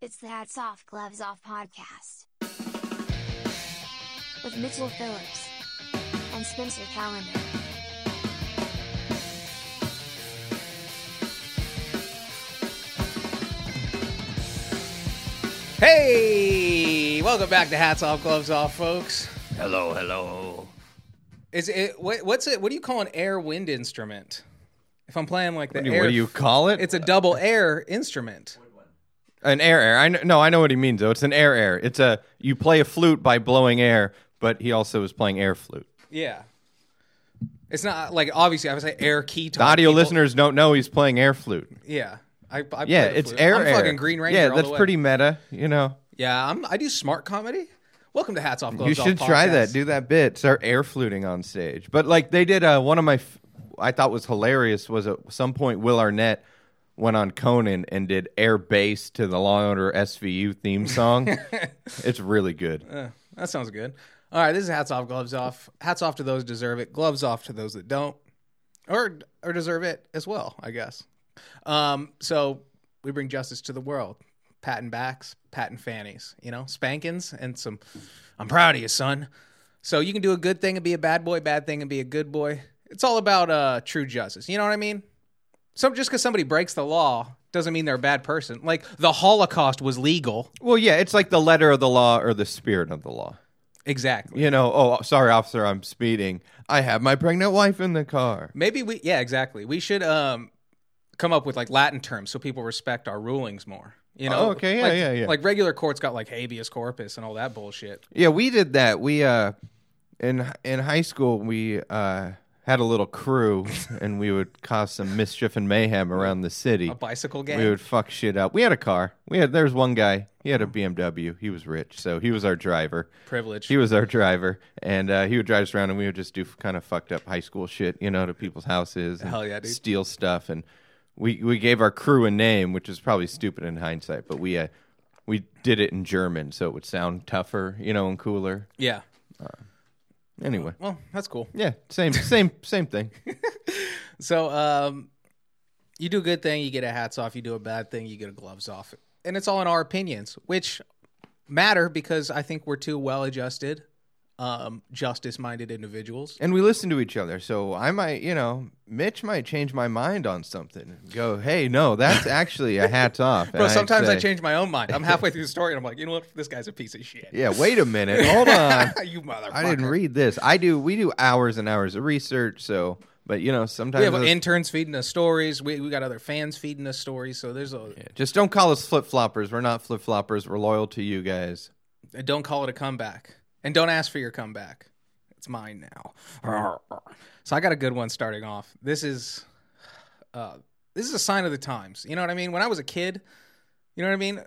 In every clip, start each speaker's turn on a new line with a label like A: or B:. A: It's the Hats Off Gloves Off podcast. With Mitchell Phillips and Spencer Calendar.
B: Hey, welcome back to Hats Off, Gloves Off, folks.
C: Hello, hello.
B: Is it what, what's it? What do you call an air wind instrument? If I'm playing like the
C: What do, you,
B: air,
C: what do you call it?
B: it's a double air instrument.
C: an air air. I know, no, I know what he means though. It's an air air. It's a you play a flute by blowing air, but he also is playing air flute.
B: Yeah, it's not like obviously I would say air key.
C: The audio listeners don't know he's playing air flute.
B: Yeah, I, I play
C: Yeah,
B: the
C: it's
B: flute.
C: air
B: I'm
C: air.
B: fucking Green Ranger.
C: Yeah,
B: all
C: that's
B: the way.
C: pretty meta. You know,
B: Yeah, I'm, I do smart comedy. Welcome to Hats Off, Gloves
C: you
B: Off.
C: should try that.
B: podcast.
C: Do that bit. Start air fluting on stage. But like they did, uh, one of my f- I thought was hilarious was at some point Will Arnett went on Conan and did air bass to the Law and Order SVU theme song. it's really good.
B: Uh. That sounds good. All right, this is hats off, gloves off. Hats off to those who deserve it. Gloves off to those that don't, or or deserve it as well, I guess. Um, so we bring justice to the world. Patting backs, patting fannies, you know, spankings, and some. I'm proud of you, son. So you can do a good thing and be a bad boy, bad thing and be a good boy. It's all about uh, true justice. You know what I mean? So just because somebody breaks the law doesn't mean they're a bad person. Like the Holocaust was legal.
C: Well, yeah, it's like the letter of the law or the spirit of the law.
B: Exactly.
C: You know, oh, sorry, officer, I'm speeding. I have my pregnant wife in the car.
B: Maybe we yeah, exactly. We should um come up with like Latin terms so people respect our rulings more. You know?
C: Oh, okay, yeah,
B: like,
C: yeah, yeah.
B: Like regular courts got like habeas corpus and all that bullshit.
C: Yeah, we did that. We uh, in in high school, we uh had a little crew, and we would cause some mischief and mayhem around the city.
B: A bicycle gang.
C: We would fuck shit up. We had a car. We had there was one guy. He had a BMW. He was rich, so he was our driver.
B: Privilege.
C: He was our driver, and uh, he would drive us around, and we would just do kind of fucked up high school shit, you know, to people's houses. And
B: Hell yeah, dude.
C: Steal stuff, and we we gave our crew a name, which is probably stupid in hindsight, but we uh, we did it in German, so it would sound tougher, you know, and cooler.
B: yeah.
C: Anyway,
B: Well, that's cool.
C: yeah, same same same thing.
B: So um you do a good thing, you get a hats off, you do a bad thing, you get a gloves off. And it's all in our opinions, which matter because I think we're two well adjusted, um, justice minded individuals.
C: And we listen to each other, so I might, you know, Mitch might change my mind on something. and Go, hey, no, that's actually a hats off.
B: Bro, sometimes I
C: change.
B: change my own mind. I'm halfway through the story and I'm like, you know what? This guy's a piece of shit.
C: Yeah, wait a minute, hold on.
B: you motherfucker.
C: I didn't read this. I do. We do hours and hours of research. So, but you know, sometimes
B: We have
C: those-
B: interns feeding us stories. We, we got other fans feeding us stories. So there's a
C: just don't call us flip floppers. We're not flip floppers. We're loyal to you guys.
B: don't call it a comeback, and don't ask for your comeback. It's mine now. So I got a good one starting off. This is uh, this is a sign of the times. You know what I mean? When I was a kid, you know what I mean.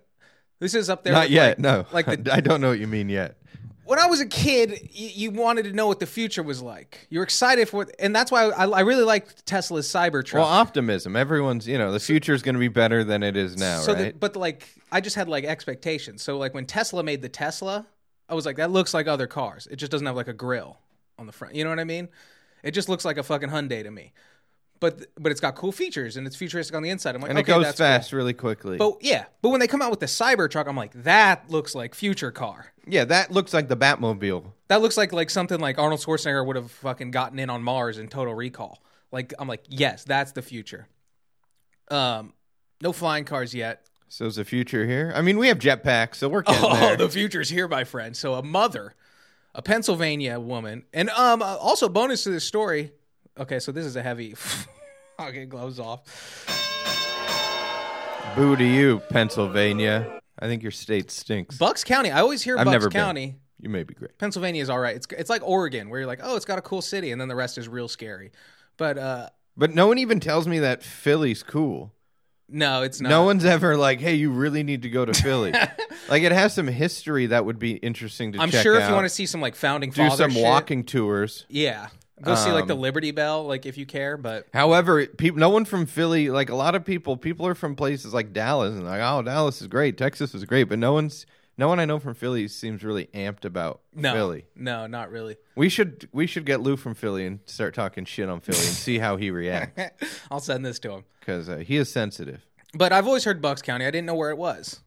B: This is up there.
C: Not
B: with,
C: yet.
B: Like,
C: no.
B: like the-
C: I don't know what you mean yet.
B: when I was a kid, you, you wanted to know what the future was like. You were excited for, it, and that's why I, I really liked Tesla's Cybertruck.
C: Well, optimism. Everyone's. You know, the future's going to be better than it is now,
B: so
C: right?
B: that, but like i just had like expectations so like when tesla made the tesla i was like that looks like other cars it just doesn't have like a grill on the front you know what i mean it just looks like a fucking hyundai to me but but it's got cool features and it's futuristic on the inside i'm like
C: and
B: okay
C: it goes
B: that's
C: fast, really quickly.
B: cool. but yeah but when they come out with the cybertruck i'm like that looks like future car
C: yeah, that looks like the Batmobile.
B: that looks like like something like arnold schwarzenegger would have fucking gotten in on mars in total recall like i'm like yes that's the future um no flying cars yet
C: So is the future here? I mean, we have jetpacks, so we're getting
B: Oh,
C: there.
B: the future's here, my friend. So a mother, a Pennsylvania woman, and um, uh, also bonus to this story. Okay, so this is a heavy. okay, gloves off.
C: Boo to you, Pennsylvania. I think your state stinks.
B: Bucks County. I always hear
C: I've
B: Bucks
C: never been.
B: County.
C: you may be great.
B: Pennsylvania is all right. It's it's like Oregon, where you're like, oh, it's got a cool city, and then the rest is real scary. But uh,
C: But no one even tells me that Philly's cool.
B: no, it's not.
C: No one's ever like, "Hey, you really need to go to Philly." like it has some history that would be interesting to
B: I'm
C: check
B: sure if
C: out.
B: you want to see some like founding
C: do
B: father
C: some
B: shit,
C: walking tours.
B: yeah, go see like the
C: Um,
B: Liberty Bell, like if you care. But
C: However, peop no one from Philly, like a lot of people, people are from places like Dallas and like, "Oh, Dallas is great. Texas is great." But no one's no one I know from Philly seems really amped about
B: no,
C: Philly.
B: no, not really.
C: We should we should get Lou from Philly and start talking shit on Philly and see how he reacts
B: I'll send this to him.
C: cuz uh, he is sensitive.
B: But I've always heard Bucks County. I didn't know where it was.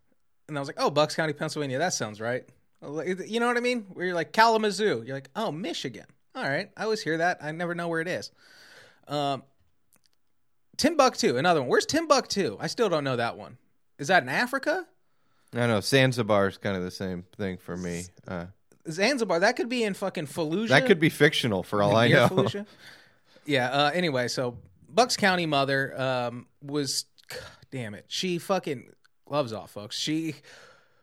B: and I was like, "Oh, Bucks County, Pennsylvania. That sounds right." You know what I mean? Where you're like Kalamazoo, you're like, "Oh, Michigan." All right, I always hear that. I never know where it is. Um, Timbuktu, another one. Where's Timbuktu? I still don't know that one. Is that in Africa?
C: I don't know. Zanzibar is kind of the same thing for me. Uh,
B: Zanzibar. That could be in fucking Fallujah.
C: that could be fictional for all Oh, I
B: Near
C: know.
B: Fallujah. Yeah. Uh, anyway, so Bucks County mother um, was, damn it, she fucking gloves off, folks. She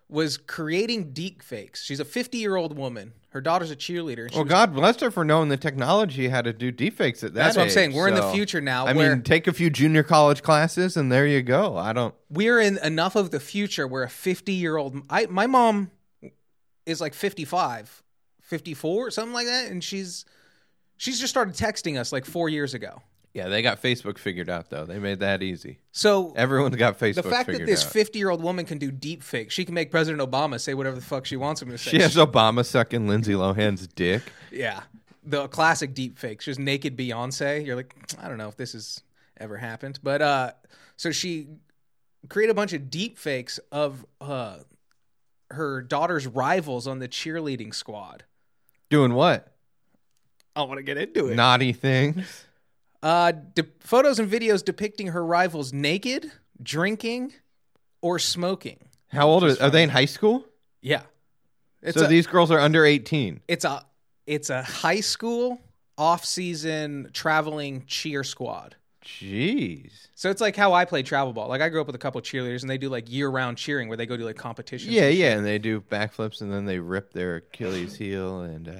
B: was creating deep fakes. She's a 50 year old woman. Her daughter's a cheerleader. and she
C: Well, God bless her for knowing the technology how to do deepfakes at that.
B: That's what I'm
C: age,
B: saying. We're in the
C: so-
B: future now
C: I
B: where-
C: mean, take a few junior college classes, and there you go. I don't.
B: we're in enough of the future where a 50 year old i my mom is like 55 54 something like that and she's she's just started texting us like four years ago
C: Yeah, they got Facebook figured out though. They made that easy.
B: so
C: Everyone's got Facebook.
B: the fact that
C: figured
B: this
C: out.
B: 50 year old woman can do deep fake she can make president obama say whatever the fuck she wants him to say
C: she has Obama sucking Lindsay Lohan's dick.
B: yeah the classic deep fake she's naked beyonce you're like i don't know if this has ever happened but uh so she created a bunch of deep fakes of uh her daughter's rivals on the cheerleading squad
C: Doing what?
B: I want to get into it.
C: Naughty things.
B: Uh, de- photos and videos depicting her rivals naked, drinking, or smoking.
C: How old are, are they in high school?
B: Yeah, it's
C: so
B: a
C: these girls are under 18.
B: it's a it's a high school off-season traveling cheer squad.
C: Jeez.
B: So it's like how I play travel ball. Like I grew up with a couple cheerleaders, and they do like year-round cheering where they go do like competitions.
C: Yeah, yeah, and they do backflips and then they rip their Achilles heel and uh,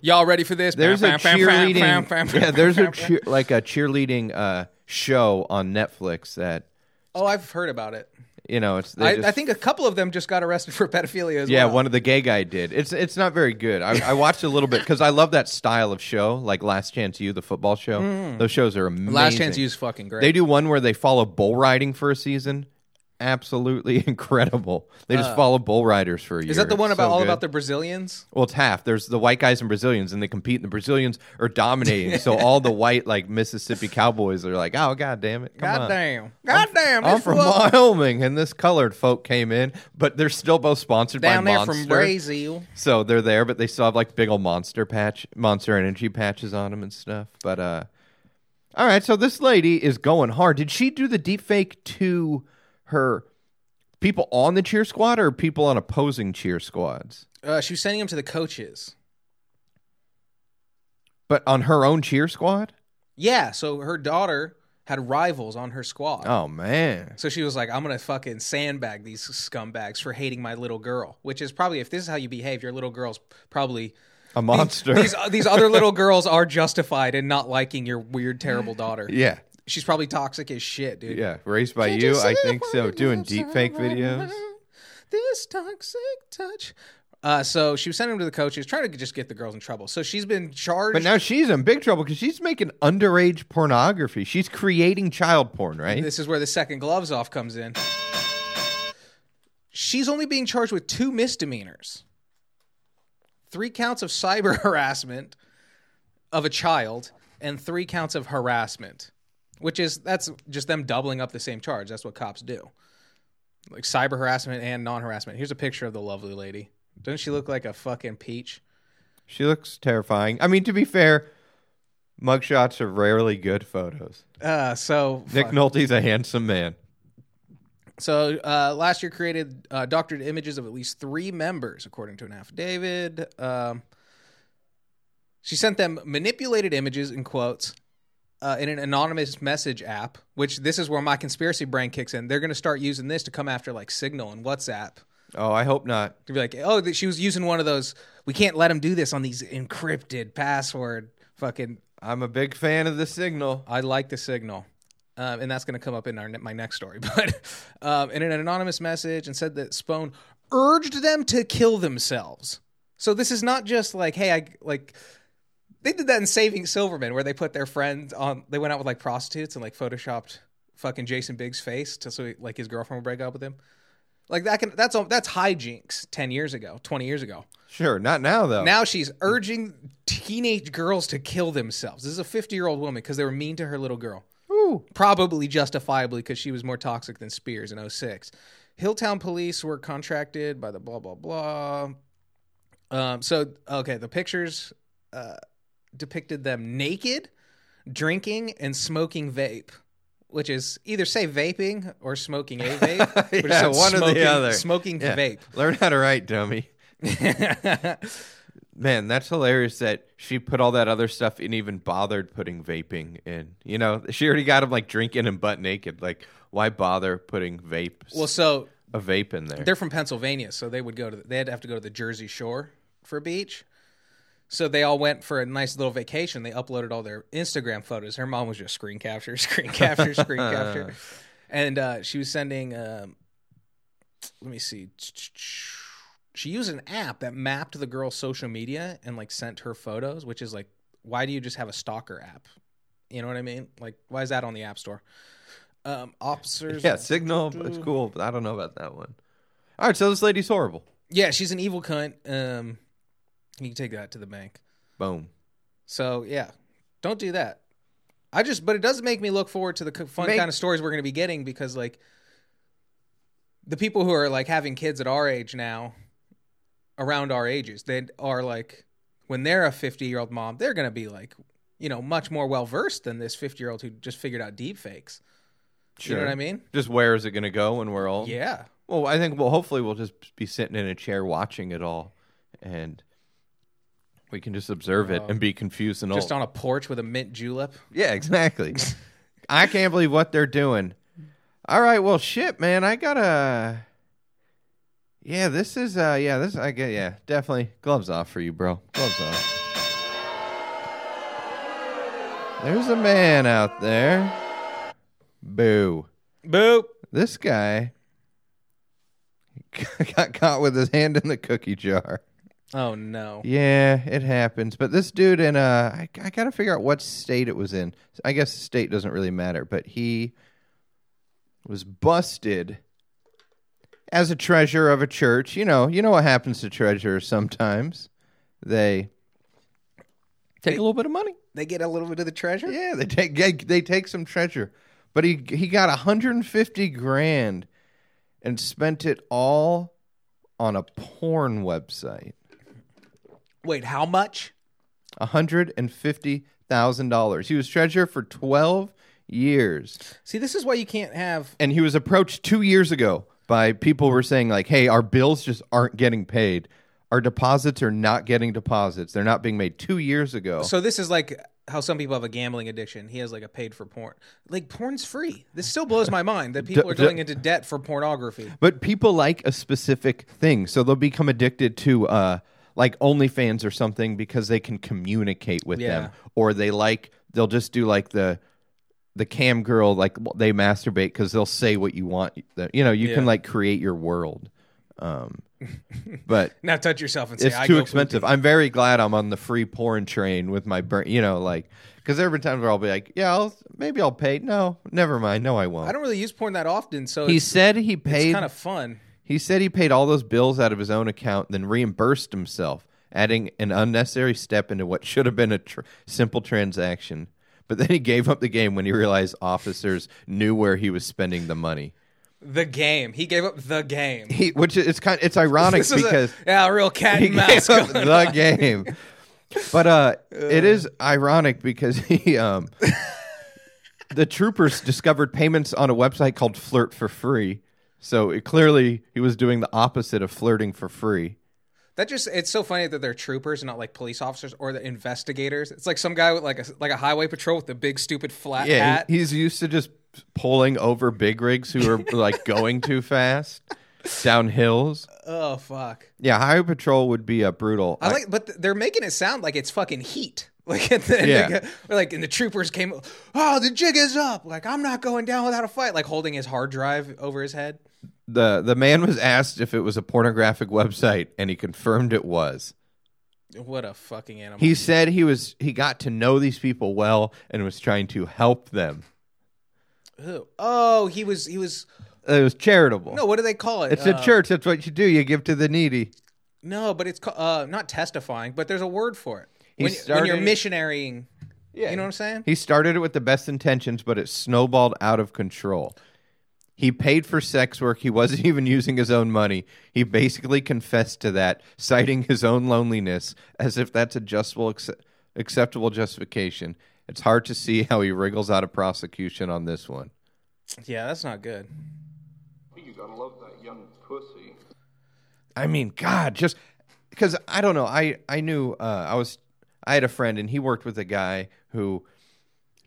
B: y'all ready for this?
C: there's a
B: Bam, bam, bam, bam, bam,
C: cheerleading.
B: bam,
C: Yeah, there's a
B: bam, bam.
C: cheer, like a cheerleading uh, show on Netflix that
B: Oh, I've heard about it.
C: you know it's. They
B: I,
C: just,
B: I think a couple of them just got arrested for pedophilia as
C: Yeah,
B: well.
C: one of the gay guy did. It's it's not very good. I, I watched a little bit because I love that style of show, like Last Chance U, the football show.
B: Mm.
C: Those shows are amazing.
B: Last chance use fucking great.
C: They do one where they follow bull riding for a season. Absolutely incredible. They just follow bull riders for a
B: Uh.
C: year.
B: Is that the one
C: It's
B: about
C: so
B: all
C: good.
B: about the Brazilians?
C: Well, it's half. There's the white guys and Brazilians, and they compete. And the Brazilians are dominating. so all the white like Mississippi cowboys are like, "Oh god damn it, come on."
B: God damn. God damn.
C: I'm
B: this
C: from
B: was-
C: Wyoming, and this colored folk came in, but they're still both sponsored
B: down
C: by
B: there
C: Monster.
B: from Brazil.
C: So they're there, but they still have like big old monster patch, monster energy patches on them and stuff. But uh, all right. So this lady is going hard. Did she do the deep fake to her people on the cheer squad or people on opposing cheer squads?
B: Uh, she was sending them to the coaches.
C: But on her own cheer squad?
B: Yeah, so her daughter had rivals on her squad.
C: Oh man.
B: So she was like, I'm going to fucking sandbag these scumbags for hating my little girl, which is probably, if this is how you behave, your little girl's probably.
C: A monster.
B: These, these other little girls are justified in not liking your weird, terrible daughter.
C: yeah.
B: She's probably toxic as shit, dude.
C: Yeah. Raised by you, I think so. Doing deep fake videos.
B: This toxic touch. Uh, so she was sending them to the coaches, trying to just get the girls in trouble. So she's been charged.
C: But now she's in big trouble because she's making underage pornography. She's creating child porn, right?
B: this is where the second gloves off comes in. She's only being charged with two misdemeanors, three counts of cyber harassment of a child, and three counts of harassment, which is that's just them doubling up the same charge. That's what cops do, like cyber harassment and non harassment. Here's a picture of the lovely lady. Doesn't she look like a fucking peach?
C: She looks terrifying. I mean, to be fair, mugshots are rarely good photos.
B: Uh, so
C: Nick Nolte's a handsome man.
B: So uh, last year created uh, doctored images of at least three members, according to an affidavit. Um, she sent them manipulated images in quotes uh, in an anonymous message app, which this is where my conspiracy brain kicks in. They're going to start using this to come after like Signal and WhatsApp
C: Oh, I hope not.
B: to be like, oh, that she was using one of those. We can't let them do this on these encrypted password fucking.
C: I'm a big fan of the signal.
B: I like the signal. Um, and that's going to come up in our, my next story. But um, in an anonymous message, and said that Spohn urged them to kill themselves. So this is not just like, hey, I like. They did that in Saving Silverman, where they put their friends on. They went out with like prostitutes and like photoshopped fucking Jason Biggs' face to so he, like his girlfriend would break up with him. Like that can that's that's hijinks ten years ago, twenty years ago.
C: Sure, not now though.
B: Now she's urging teenage girls to kill themselves. This is a 50 year old woman because they were mean to her little girl. Probably justifiably because she was more toxic than Spears in 06. Hilltown police were contracted by the blah blah blah. Um, so okay, the pictures uh, depicted them naked, drinking, and smoking vape, which is either say vaping or smoking a vape. but it
C: Yeah,
B: said
C: one or the
B: smoking-
C: other.
B: Smoking
C: Yeah.
B: vape.
C: Learn how to write, dummy. Man, that's hilarious that she put all that other stuff and even bothered putting vaping in. You know, she already got him like drinking and butt naked. Like, why bother putting vape
B: well, so
C: a vape in there?
B: they're from Pennsylvania, so they would go to they'd have to go to the Jersey Shore for a beach. So they all went for a nice little vacation. They uploaded all their Instagram photos. Her mom was just screen capture, screen capture, screen capture, and uh, she was sending. Um, let me see. She used an app that mapped the girl's social media and like sent her photos, which is like, why do you just have a stalker app? You know what I mean? Like, why is that on the app store? Um, officers.
C: Yeah, Signal is
B: Mm.
C: cool, but I don't know about that one. All right, so this lady's horrible.
B: Yeah, she's an evil cunt. Um, you can take that to the bank.
C: Boom.
B: So yeah, don't do that. I just, but it does make me look forward to the c- fun
C: Make-
B: kind of stories we're going to be getting because like the people who are like having kids at our age now, around our ages, they are like when they're a fifty-year-old mom, they're going to be like you know much more well versed than this fifty-year-old who just figured out deep fakes. You know
C: Sure.
B: what I mean?
C: Just where is it going to go when we're old?
B: Yeah.
C: Well, I think well, hopefully we'll just be sitting in a chair watching it all, and we can just observe it and be confused and
B: Just on
C: old.
B: a porch with a mint julep.
C: yeah, exactly. I can't believe what they're doing. All right, well, shit, man, I gotta. Yeah, this is uh, yeah, this I get yeah, definitely gloves off for you, bro. Gloves off. There's a man out there. Boo
B: Boop.
C: this guy got caught with his hand in the cookie jar.
B: Oh no.
C: Yeah, it happens. But this dude in uh, I, I gotta figure out what state it was in. I guess state doesn't really matter. But he was busted as a treasurer of a church. You know, you know what happens to treasurers sometimes. They take a little bit of money.
B: They get a little bit of the treasure.
C: Yeah, they take they, they take some treasure, but he he got 150 grand and spent it all on a porn website.
B: Wait, how much?
C: $150,000. He was treasurer for 12 years.
B: See, this is why you can't have.
C: and he was approached two years ago by people who were saying like hey our bills just aren't getting paid our deposits are not getting deposits they're not being made two years ago
B: So this is like how some people have a gambling addiction. He has like a paid for porn. Like porn's free. This still blows my mind that people
C: D-
B: are
C: d-
B: going into debt for pornography.
C: But people like a specific thing, so they'll become addicted to uh, like OnlyFans or something because they can communicate with
B: Yeah.
C: them, or they like they'll just do like the the cam girl like they masturbate because they'll say what you want. You know, you can
B: Yeah.
C: like create your world, um, but
B: Now touch yourself and say,
C: it's
B: I
C: too
B: go
C: expensive. I'm very glad I'm on the free porn train with my burn. You know, like because every time where I'll be like, yeah, I'll, maybe I'll pay. No, never mind. No, I
B: poopy. I
C: won't.
B: don't really use porn that often, so
C: He
B: it's,
C: said he paid.
B: it's kind of fun.
C: He said he paid all those bills out of his own account, then reimbursed himself, adding an unnecessary step into what should have been a tr- simple transaction. But then he gave up the game when he realized officers knew where he was spending the money.
B: The game. He gave up the game.
C: He, which is, it's kind, it's ironic
B: This is
C: because
B: a, yeah, a real cat
C: he
B: and mouse.
C: gave up
B: Going.
C: the game. But uh, it is ironic because he, um, the troopers discovered payments on a website called Flirt for Free. So it, clearly, he was doing the opposite of flirting for free.
B: That just—it's so funny that they're troopers and not like police officers or the investigators. It's like some guy with like a like a highway patrol with the big stupid flat
C: Yeah,
B: hat.
C: he- he's used to just pulling over big rigs who are like going too fast down hills.
B: oh fuck.
C: Yeah, highway patrol would be a brutal.
B: I like, but th- they're making it sound like it's fucking heat. Like, at the,
C: Yeah.
B: like, uh, like, and the troopers came. Oh, the jig is up. Like, I'm not going down without a fight. Like, holding his hard drive over his head.
C: the the man was asked if it was a pornographic website, and he confirmed it was.
B: What a fucking animal.
C: He said he was he got to know these people well and was trying to help them.
B: Who? Oh, he was. He was.
C: It was charitable.
B: No, what do they call it?
C: it's
B: Uh,
C: a church. That's what you do. You give to the needy.
B: No, but it's ca- uh, not testifying. But there's a word for it.
C: He
B: When, when you're
C: started-
B: missionarying. Yeah. You know what I'm saying?
C: He started it with the best intentions, but it snowballed out of control. He paid for sex work. He wasn't even using his own money. He basically confessed to that, citing his own loneliness as if that's a justful, acce- acceptable justification. It's hard to see how he wriggles out of prosecution on this one.
B: Yeah, that's not good.
D: You gotta love that young pussy.
C: I mean, God, just because I don't know. I I knew uh, I was I had a friend and he worked with a guy who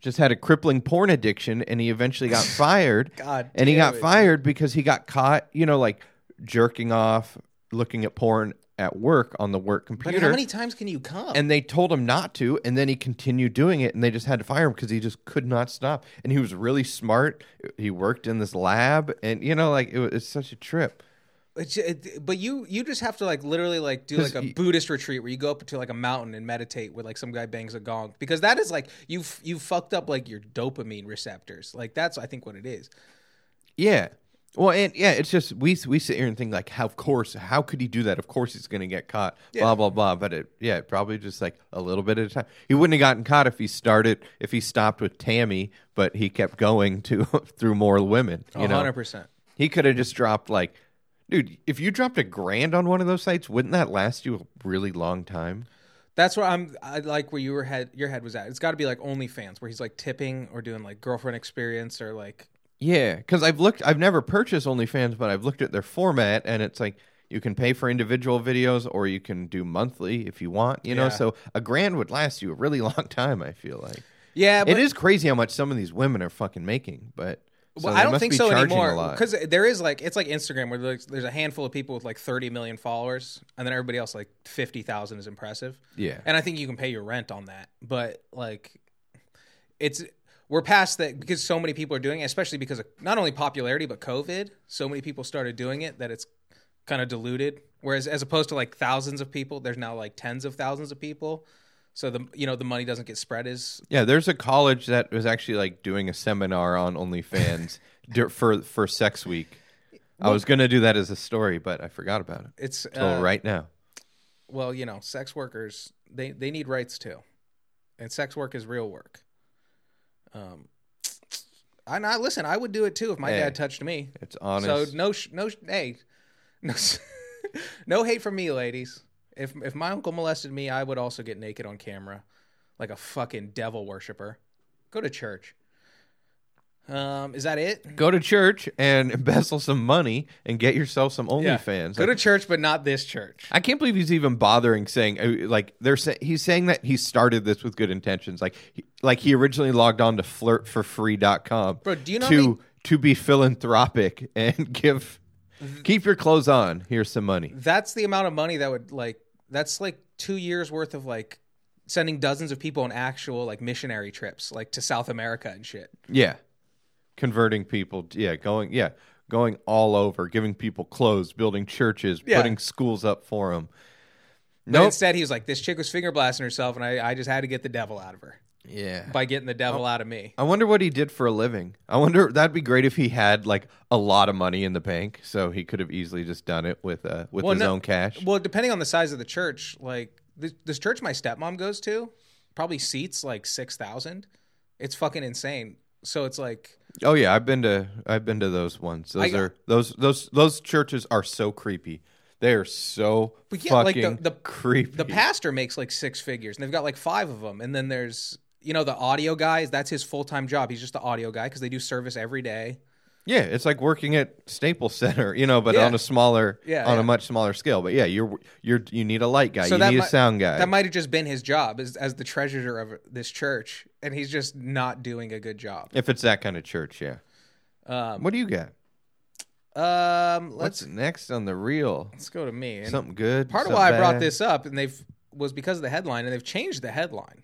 C: just had a crippling porn addiction and he eventually got fired.
B: God
C: and he
B: damn
C: got
B: it.
C: fired because he got caught, you know, like jerking off, looking at porn at work on the work
B: But
C: computer.
B: how many times can you come?
C: and they told him not to, and then he continued doing it, and they just had to fire him because he just could not stop. And he was really smart. He worked in this lab, and you know, like it was, it's such a trip.
B: It's, it, but you you just have to like literally like do
C: 'Cause
B: like a
C: y-
B: Buddhist retreat where you go up to like a mountain and meditate where like some guy bangs a gong because that is like you have you fucked up like your dopamine receptors like that's I think what it is.
C: Yeah. Well, and yeah, it's just we we sit here and think like, how, of course, how could he do that? Of course, he's going to get caught. Blah blah blah. But it, yeah, probably just like a little bit at a time. He wouldn't have gotten caught if he started if he stopped with Tammy, but he kept going to through more women. You know,
B: hundred percent.
C: he could have just dropped like, dude, if you dropped a grand on one of those sites, wouldn't that last you a really long time?
B: That's where I'm. I like where you were head your head was at. It's got to be like OnlyFans where he's like tipping or doing like girlfriend experience or like
C: Yeah, because I've looked, I've never purchased OnlyFans, but I've looked at their format, and it's like you can pay for individual videos or you can do monthly if you want, you
B: Yeah.
C: know. So a grand would last you a really long time. I feel like
B: yeah. But
C: it is crazy how much some of these women are fucking making, but so
B: Well,
C: they
B: I don't
C: must
B: think
C: be
B: so
C: charging a
B: anymore
C: lot.
B: because there is like it's like Instagram where there's, there's a handful of people with like 30 million followers, and then everybody else like 50,000 is impressive.
C: Yeah.
B: and I think you can pay your rent on that, but like it's we're past that because so many people are doing it, especially because of not only popularity but COVID. So many people started doing it that it's kind of diluted. Whereas as opposed to like thousands of people, there's now like tens of thousands of people. So the you know the money doesn't get spread as
C: Yeah, there's a college that was actually like doing a seminar on OnlyFans dur- for for Sex Week. I was gonna do that as a story, but I forgot about it
B: it's uh,
C: till right now.
B: well, you know, sex workers they they need rights too, and sex work is real work. Um, I not listen. I would do it too if my
C: Hey,
B: dad touched me.
C: It's honest.
B: So no sh- no sh- hey, no s- no hate from me, ladies. If if my uncle molested me, I would also get naked on camera, like a fucking devil worshiper. Go to church. Um, is that it?
C: go to church and embezzle some money and get yourself some OnlyFans.
B: Go to
C: Like,
B: church, but not this church.
C: I can't believe he's even bothering saying uh, like they're sa- he's saying that he started this with good intentions. Like he, like he originally logged on to flirtforfree.com
B: Bro, do you know how
C: to
B: many-
C: to be philanthropic and give
B: Mm-hmm.
C: keep your clothes on. Here's some money.
B: that's the amount of money that would like that's like two years worth of like sending dozens of people on actual like missionary trips like to south america and shit
C: Yeah. Converting people, yeah, going yeah, going all over, giving people clothes, building churches,
B: Yeah.
C: putting schools up for them.
B: but
C: No.
B: instead he was like this chick was finger blasting herself and I, I just had to get the devil out of her
C: Yeah.
B: by getting the devil out of me
C: I wonder what he did for a living. I wonder that'd be great if he had like a lot of money in the bank, so he could have easily just done it with uh with his
B: no-
C: own cash.
B: well depending on the size of the church like this, this church my stepmom goes to probably seats like 6000 it's fucking insane so it's like
C: oh yeah, I've been to I've been to those ones. Those
B: I-
C: are those those those churches are so creepy. They are so
B: But yeah, like the-
C: fucking
B: the-
C: creepy.
B: the pastor makes like six figures and they've got like five of them and then there's you know the audio guys that's his full-time job he's just the audio guy because they do service every day
C: yeah, it's like working at Staples Center, you know, but
B: Yeah.
C: on a smaller
B: Yeah,
C: on
B: yeah.
C: a much smaller scale. But yeah, you're you're you need a light guy,
B: So
C: you
B: that
C: need a
B: mi-
C: sound guy.
B: that might have just been his job as, as the treasurer of this church and he's just not doing a good job
C: if it's that kind of church, yeah.
B: um,
C: What do you got?
B: um let's
C: What's next on the reel?
B: let's go to me and
C: Something good.
B: part of
C: something
B: why i brought
C: bad?
B: this up and they've was because of the headline and they've changed the headline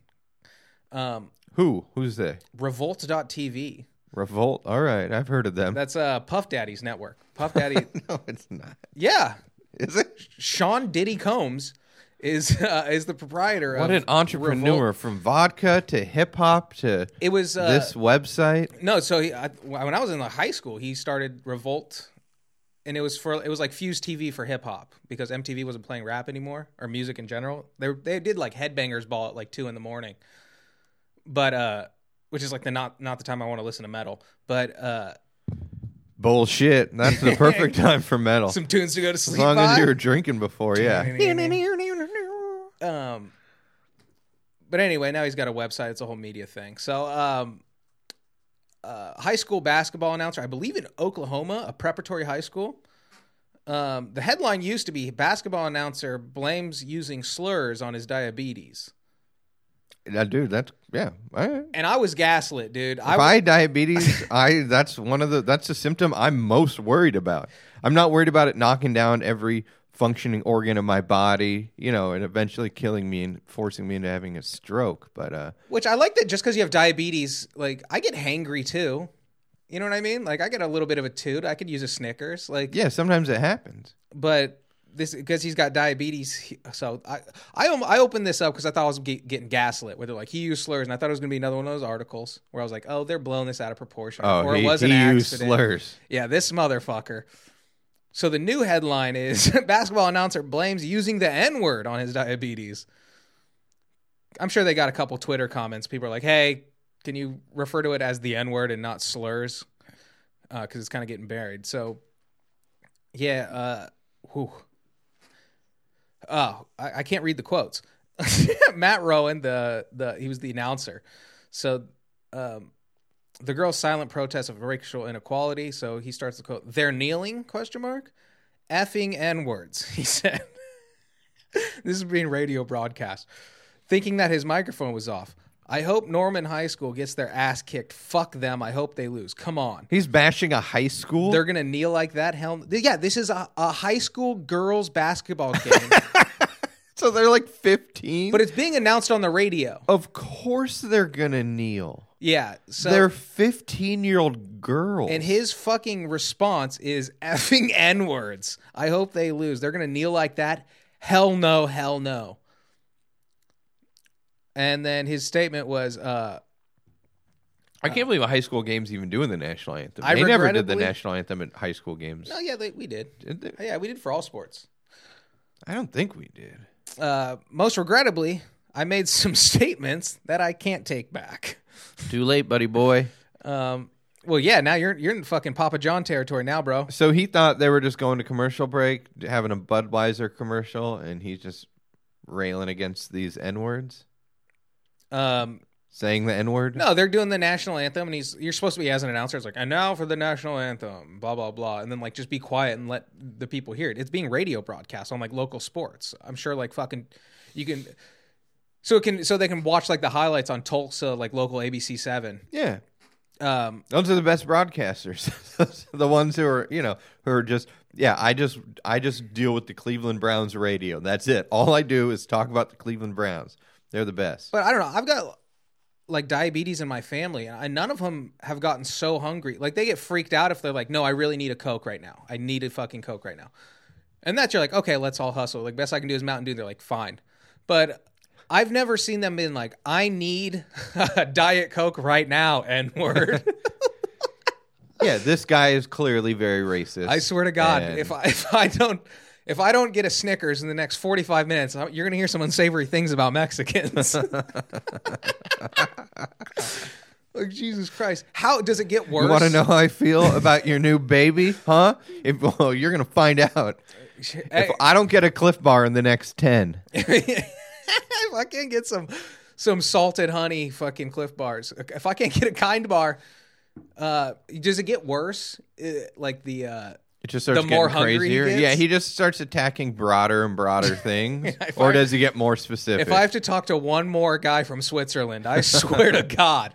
B: um
C: Who? Who's they?
B: revolt.tv
C: Revolt. All right, I've heard of them.
B: that's uh puff daddy's network puff daddy
C: no, it's not.
B: yeah
C: Is it?
B: Sean Diddy Combs is uh, is the proprietor.
C: What
B: of
C: an entrepreneur
B: Revolt.
C: from vodka to hip hop to
B: It was uh,
C: this website.
B: No, so he, I, when I was in the high school, he started Revolt, and it was for it was like Fuse TV for hip hop because MTV wasn't playing rap anymore or music in general. They were, they did like Headbangers Ball at like two in the morning, but uh, which is like the not not the time I want to listen to metal, but uh.
C: Bullshit. That's the perfect time for metal.
B: Some tunes to go to
C: as
B: sleep
C: long as
B: by.
C: you were drinking before, yeah.
B: um, but anyway, now he's got a website. It's a whole media thing. So, um, uh, high school basketball announcer, I believe in Oklahoma, a preparatory high school. Um, the headline used to be basketball announcer blames using slurs on his diabetes.
C: That dude, that's yeah. All right.
B: And I was gaslit, dude. I
C: If
B: was
C: I had diabetes, I that's one of the that's a symptom I'm most worried about. I'm not worried about it knocking down every functioning organ of my body, you know, and eventually killing me and forcing me into having a stroke. But uh
B: Which I like that just because you have diabetes, like I get hangry too. You know what I mean? Like I get a little bit of a toot. I could use a Snickers. Like,
C: yeah, sometimes it happens.
B: but this because he's got diabetes. he- so I I om- I opened this up because I thought I was ge- getting gaslit. Where they're like he used slurs, and I thought it was gonna be another one of those articles where I was like, oh, they're blowing this out of proportion,
C: Oh,
B: or
C: he,
B: it was
C: he
B: an
C: used
B: accident.
C: slurs.
B: Yeah, this motherfucker. So the new headline is basketball announcer blames using the N word on his diabetes. I'm sure they got a couple Twitter comments. People are like, "Hey, can you refer to it as the N word and not slurs?" Because it's kind of getting buried. So, yeah. Uh, whew. Oh, I, I can't read the quotes. Matt Rowan, the the he was the announcer. So um, the girl's silent protest of racial inequality. So he starts the quote: "They're kneeling?" Question mark. Effing n words, he said. this is being radio broadcast. Thinking that his microphone was off. I hope Norman High School gets their ass kicked. Fuck them. I hope they lose. Come on.
C: He's bashing a high school.
B: They're gonna kneel like that. Hell, yeah. This is a, a high school girls basketball game,
C: so they're like 15.
B: but it's being announced on the radio.
C: of course they're going to kneel.
B: Yeah. So
C: they're 15-year-old girls.
B: And his fucking response is effing N words. I hope they lose. They're going to kneel like that. Hell no, hell no. And then his statement was, uh,
C: I can't believe a high school game's even doing the national anthem.
B: I
C: they never did the
B: regrettably-
C: national anthem at high school games.
B: oh, yeah, they, we did.
C: Did they?
B: Yeah, we did for all sports.
C: I don't think we did.
B: Uh, most regrettably, I made some statements that I can't take back.
C: Too late, buddy boy.
B: Um, well, yeah, now you're you're in fucking Papa John territory now, bro.
C: So he thought they were just going to commercial break, having a Budweiser commercial, and he's just railing against these N words,
B: Um,
C: saying the N word.
B: No, they're doing the national anthem, and he's you're supposed to be as an announcer. It's like, and now for the national anthem, blah blah blah, and then like just be quiet and let the people hear it. It's being radio broadcast on like local sports. I'm sure like fucking you can. So it can so they can watch like the highlights on Tulsa like local ABC seven.
C: Yeah.
B: Um,
C: Those are the best broadcasters. Those are the ones who are, you know, who are just yeah, I just I just deal with the Cleveland Browns radio. That's it. All I do is talk about the Cleveland Browns. They're the best.
B: But I don't know. I've got like diabetes in my family, and I- none of them have gotten so hungry. Like they get freaked out if they're like, "No, I really need a Coke right now. I need a fucking Coke right now." And that's you're like, "Okay, let's all hustle." Like best I can do is Mountain Dew. They're like, "Fine," but I've never seen them being like, "I need a Diet Coke right now." N word.
C: yeah, this guy is clearly very racist.
B: I swear to God,
C: And-
B: if I, if I don't. If I don't get a Snickers in the next 45 minutes, I- you're going to hear some unsavory things about Mexicans. like Jesus Christ, how does it get worse?
C: You want to know how I feel about your new baby, huh? If well, you're gonna find out.
B: Hey,
C: If I don't get a Cliff Bar in the next ten,
B: if I can't get some some salted honey fucking Cliff bars, if I can't get a Kind bar, uh, does it get worse? Uh, like the uh,
C: it just starts
B: The more
C: getting
B: hungry he
C: crazier.
B: gets?
C: yeah, he just starts attacking broader and broader things,
B: If
C: or
B: I-
C: does he get more specific?
B: if I have to talk to one more guy from Switzerland, I swear to God.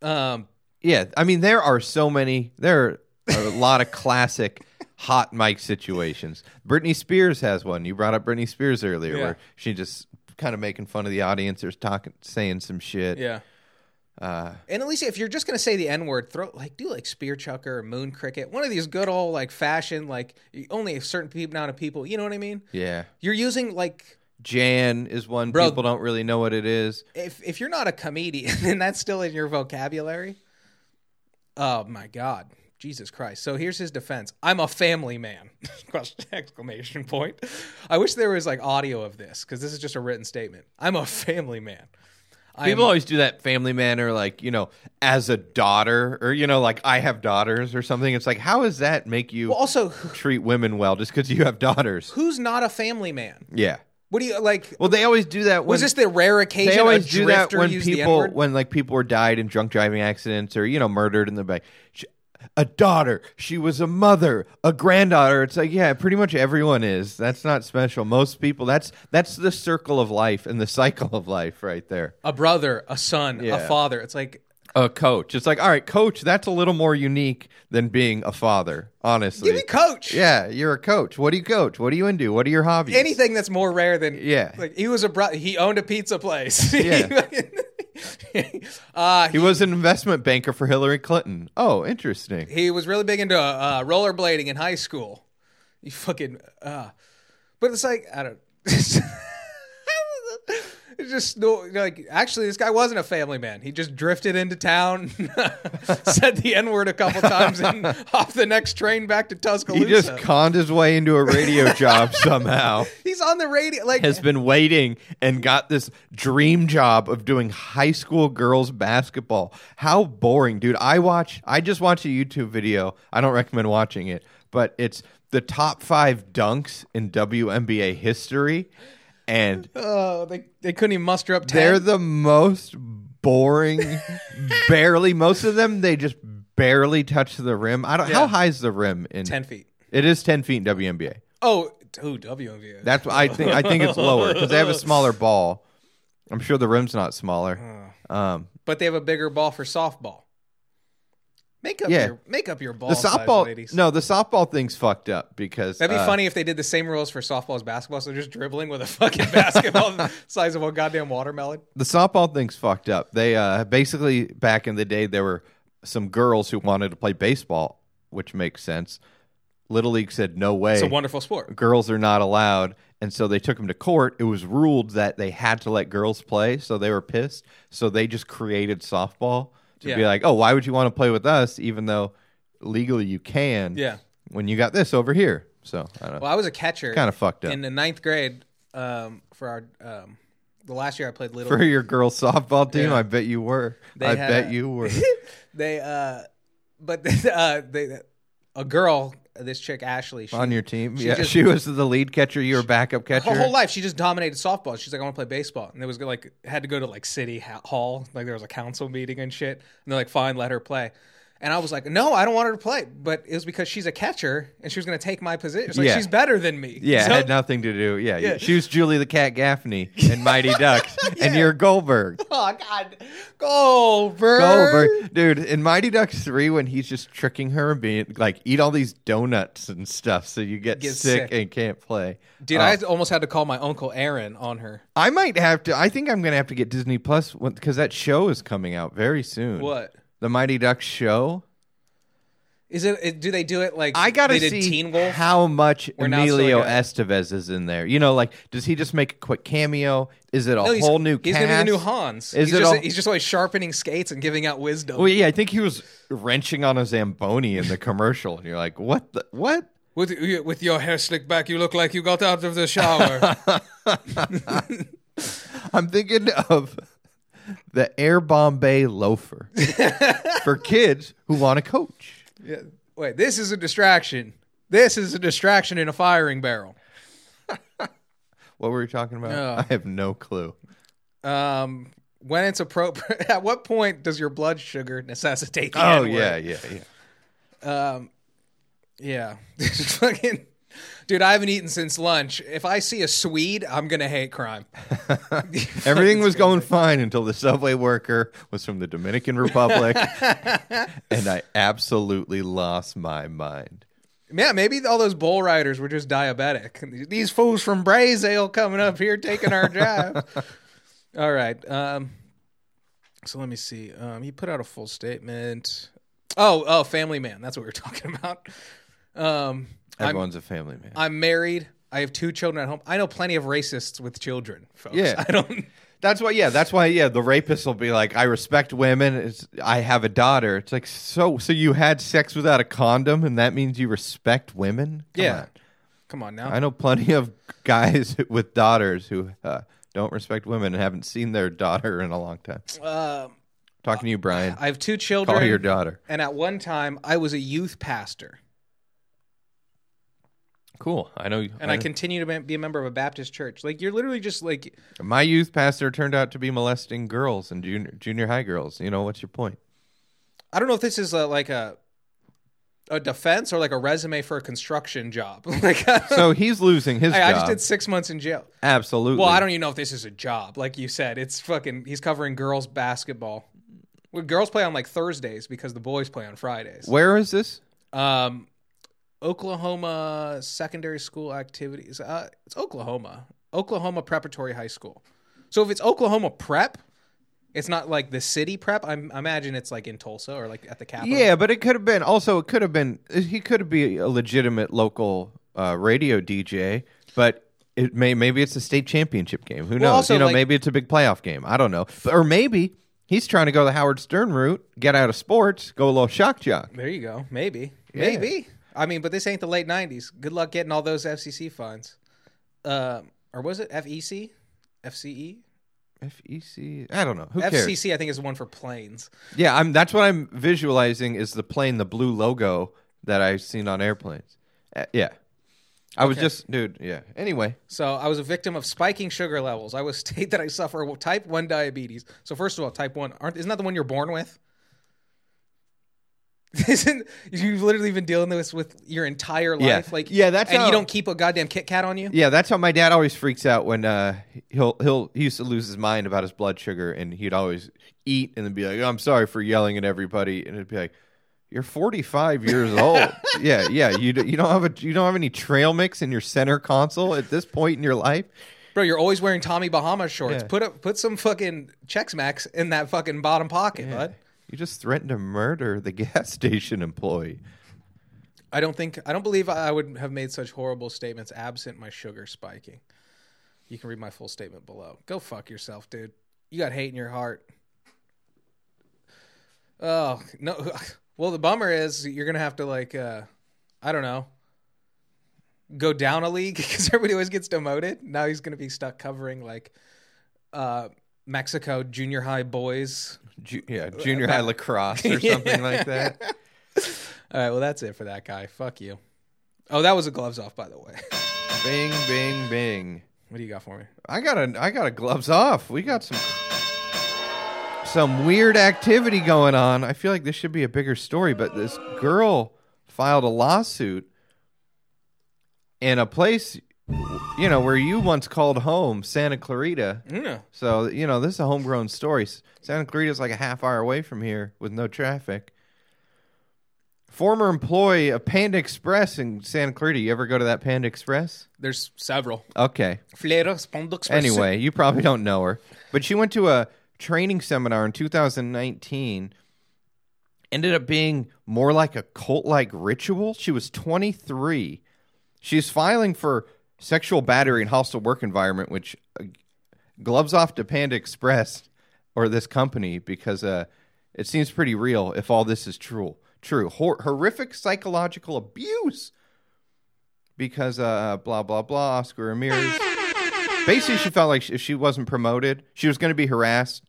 B: Um.
C: yeah, I mean there are so many. There are a lot of classic hot mic situations. Britney Spears has one. You brought up Britney Spears earlier,
B: Yeah.
C: where she just kind of making fun of the audience or talking, saying some shit.
B: Yeah.
C: Uh,
B: and at least if you're just gonna say the N word, throw like do like spear chucker or moon cricket, one of these good old like fashion like y- only a certain people amount of people. You know what I mean?
C: yeah.
B: You're using like
C: Jan is one
B: Bro-
C: people don't really know what it is.
B: if if you're not a comedian and that's still in your vocabulary. Oh my God, Jesus Christ! So here's his defense: I'm a family man. Question exclamation point. I wish there was like audio of this because this is just a written statement. I'm a family man. I
C: People
B: am-
C: always do that family manner, like, you know, as a daughter, or, you know, like, I have daughters or something. It's like, how does that make you
B: Well, also,
C: treat women well just because you have daughters?
B: who's not a family man?
C: Yeah.
B: What do you like?
C: Well, they always do that when.
B: was this the rare occasion
C: they always
B: a
C: do that
B: drifter
C: when
B: used the
C: people,
B: N-word?
C: when like people were died in drunk driving accidents or, you know, murdered in the back. She, a daughter. She was a mother, a granddaughter. It's like, yeah, pretty much everyone is. That's not special. Most people, that's that's the circle of life and the cycle of life right there.
B: a brother, a son,
C: Yeah.
B: a father. It's like
C: a coach. It's like, all right, coach, that's a little more unique than being a father, honestly.
B: give me coach.
C: Yeah, you're a coach. What do you coach? What do you into? What are your hobbies?
B: anything that's more rare than
C: Yeah.
B: Like he was a brother. He owned a pizza place.
C: Yeah.
B: uh,
C: He was an investment banker for Hillary Clinton. Oh, interesting.
B: he was really big into uh, rollerblading in high school. You fucking. Uh, but it's like I don't. It's just no, like actually, this guy wasn't a family man. He just drifted into town, said the n word a couple times, and off the next train back to
C: He
B: Tuscaloosa.
C: just conned his way into a radio job somehow.
B: He's on the radio, like
C: Has been waiting and got this dream job of doing high school girls basketball. How boring, dude. I watch I just watched a YouTube video. I don't recommend watching it, but it's the top 5 dunks in WNBA history and
B: oh, they they couldn't even muster up. 10.
C: They're the most boring. barely, most of them they just barely touch the rim. I don't. How
B: Yeah.
C: high is the rim in
B: 10 feet.
C: It is ten feet in WNBA.
B: Oh, dude, WNBA.
C: That's what I think. I think it's lower because they have a smaller ball. I'm sure the rim's not
B: Hmm.
C: smaller. Um,
B: but they have a bigger ball for softball. Make up
C: Yeah.
B: your make up your ball.
C: the
B: size,
C: softball,
B: ladies.
C: no, the softball thing's fucked up because
B: That'd be
C: uh,
B: funny if they did the same rules for softball as basketball. So they're just dribbling with a fucking basketball the size of a goddamn watermelon.
C: the softball thing's fucked up. They uh, basically back in the day there were some girls who wanted to play baseball, which makes sense. Little League said no way.
B: It's a wonderful sport.
C: girls are not allowed and so they took them to court it was ruled that they had to let girls play so they were pissed so they just created softball to be
B: Yeah.
C: like oh why would you want to play with us even though legally you can
B: Yeah.
C: when you got this over here so i don't know
B: Well, I was a catcher.
C: kind of fucked up
B: in the ninth grade um, for our um, the last year I played little.
C: for your girls softball team
B: Yeah.
C: i bet you were
B: They
C: i
B: had
C: bet
B: a-
C: you were
B: they uh, but uh, they a girl this chick Ashley she,
C: on your team
B: she
C: yeah
B: just-
C: she was the lead catcher you were backup catcher
B: her whole life she just dominated softball. She's like, I want to play baseball, and it was like had to go to like city ha- hall, like there was a council meeting and shit, and they're like, fine, let her play. And I was like, no, I don't want her to play, but it was because she's a catcher and she was going to take my position. It's like
C: Yeah.
B: she's better than me.
C: yeah, it
B: So-
C: had nothing to do. Yeah,
B: Yeah.
C: she was Julie the Cat Gaffney and Mighty Ducks, and you're Goldberg.
B: oh God, Goldberg.
C: Goldberg, dude, in Mighty Ducks three, when he's just tricking her and being like, eat all these donuts and stuff, so you get,
B: Get
C: sick,
B: sick.
C: and can't play.
B: Dude,
C: Oh.
B: I almost had to call my uncle Aaron on her.
C: I might have to. I think I'm gonna have to get Disney Plus because that show is coming out very soon.
B: What
C: the Mighty Ducks show?
B: is it? it- Do they do it like
C: I gotta
B: they did
C: see
B: Teen Wolf?
C: how much
B: We're now still
C: Emilio
B: like a-
C: Estevez is in there. You know, like does he just make a quick cameo? Is it a
B: No, he's-
C: whole new?
B: He's
C: cast?
B: gonna be the new Hans.
C: Is
B: he's,
C: it
B: just,
C: all-
B: he's just always sharpening skates and giving out wisdom.
C: Well, yeah, I think he was wrenching on a zamboni in the commercial, and you're like, what? The, what?
B: With with your hair slicked back, you look like you got out of the shower.
C: I'm thinking of the Air Bombay loafer for kids who want to coach.
B: Wait, this is a distraction. This is a distraction in a firing barrel.
C: What were we talking about?
B: Yeah.
C: I have no clue.
B: Um, when it's appropriate, at what point does your blood sugar necessitate? The
C: Oh
B: N-word?
C: yeah, yeah, yeah.
B: yeah. Fucking dude, I haven't eaten since lunch. If I see a Swede, I'm gonna hate crime.
C: Everything was going fine until the subway worker was from the Dominican Republic, and I absolutely lost my mind.
B: Yeah, maybe all those bull riders were just diabetic. These fools from Brazil coming up here taking our jobs. all right. Um, so let me see. Um, he put out a full statement. Oh, oh, Family Man. That's what we were talking about. Um, I'm,
C: Everyone's a family man.
B: I'm married. I have two children at home. I know plenty of racists with children, folks.
C: Yeah.
B: I don't.
C: That's why, yeah, that's why, yeah, the rapist will be like, I respect women. It's, I have a daughter. It's like, so, so you had sex without a condom, and that means you respect women? Come
B: Yeah.
C: on.
B: Come on now.
C: I know plenty of guys with daughters who uh, don't respect women and haven't seen their daughter in a long time.
B: Uh,
C: Talking to you, Brian.
B: I have two children.
C: Call your daughter.
B: and at one time, I was a youth pastor,
C: Cool. I know.
B: and I continue to be a member of a Baptist church. Like you're literally just like
C: My youth pastor turned out to be molesting girls and junior junior high girls. You know what's your point?
B: I don't know if this is a, like a a defense or like a resume for a construction job. like I,
C: So he's losing his
B: I
C: job.
B: just did six months in jail.
C: Absolutely.
B: Well, I don't even know if this is a job. Like you said, it's fucking. He's covering girls basketball. Well, girls play on like Thursdays because the boys play on Fridays.
C: Where is this?
B: Um, Oklahoma secondary school activities. Uh, it's Oklahoma. Oklahoma Preparatory High School. So if it's Oklahoma Prep, it's not like the city prep. I'm, I imagine it's like in Tulsa or like at the Capitol.
C: Yeah, but it could have been. Also, it could have been. He could be a legitimate local uh, radio DJ, but it may maybe it's a state championship game. Who knows?
B: also,
C: you know,
B: like-
C: maybe it's a big playoff game. I don't know. Or maybe he's trying to go the Howard Stern route, get out of sports, go a little shock jock.
B: There you go. Maybe. Maybe. I mean, but this ain't the late '90s. Good luck getting all those FCC fines. Um, or was it FEC? FCE?
C: FEC. E I don't know. Who cares?
B: FCC, I think, is the one for planes.
C: Yeah, I'm. That's what I'm visualizing is the plane, the blue logo that I've seen on airplanes. Uh, yeah. I was just, dude. Yeah. Anyway,
B: So I was a victim of spiking sugar levels. I was state that I suffer type one diabetes. So first of all, type one aren't isn't that the one you're born with? Isn't you've literally been dealing with this with your entire life?
C: Yeah.
B: Like
C: Yeah, that's
B: and
C: how-
B: you don't keep a goddamn Kit Kat on you.
C: Yeah, that's how my dad always freaks out when uh, he'll he'll he used to lose his mind about his blood sugar, and he'd always eat and then be like, "I'm sorry for yelling at everybody," and it'd be like, "You're 45 years old. yeah, yeah. You d- you don't have a you don't have any trail mix in your center console at this point in your life.
B: Bro, you're always wearing Tommy Bahama shorts.
C: Yeah.
B: Put a, put some fucking Chex Max in that fucking bottom pocket, bud.
C: You just threatened to murder the gas station employee.
B: I don't think I don't believe I would have made such horrible statements absent my sugar spiking. You can read my full statement below. Go fuck yourself, dude. You got hate in your heart. Oh no! Well, the bummer is you're gonna have to like, uh, I don't know, go down a league because everybody always gets demoted. Now he's gonna be stuck covering like uh, Mexico junior high boys.
C: Ju- yeah, junior high lacrosse or something like that.
B: All right, well that's it for that guy. Fuck you. Oh, that was a gloves off, by the way.
C: Bing, bing, bing.
B: What do you got for me?
C: I got a I got a gloves off. We got some some weird activity going on. I feel like this should be a bigger story, but this girl filed a lawsuit in a place you know where you once called home, Santa Clarita. So, you know, this is a homegrown story. S- Santa Clarita's like a half hour away from here with no traffic. Former employee of Panda Express in Santa Clarita. You ever go to that Panda Express?
B: There's several.
C: Okay.
B: Fleros, Pondux,
C: Anyway, you probably don't know her, but she went to a training seminar in 2019. Ended up being more like a cult like ritual. She was 23. She's filing for sexual battery and hostile work environment, which uh, gloves off to Panda Express or this company because uh, it seems pretty real if all this is true. True. Hor- horrific psychological abuse because uh, blah, blah, blah, Oscar Ramirez basically she felt like if she wasn't promoted she was going to be harassed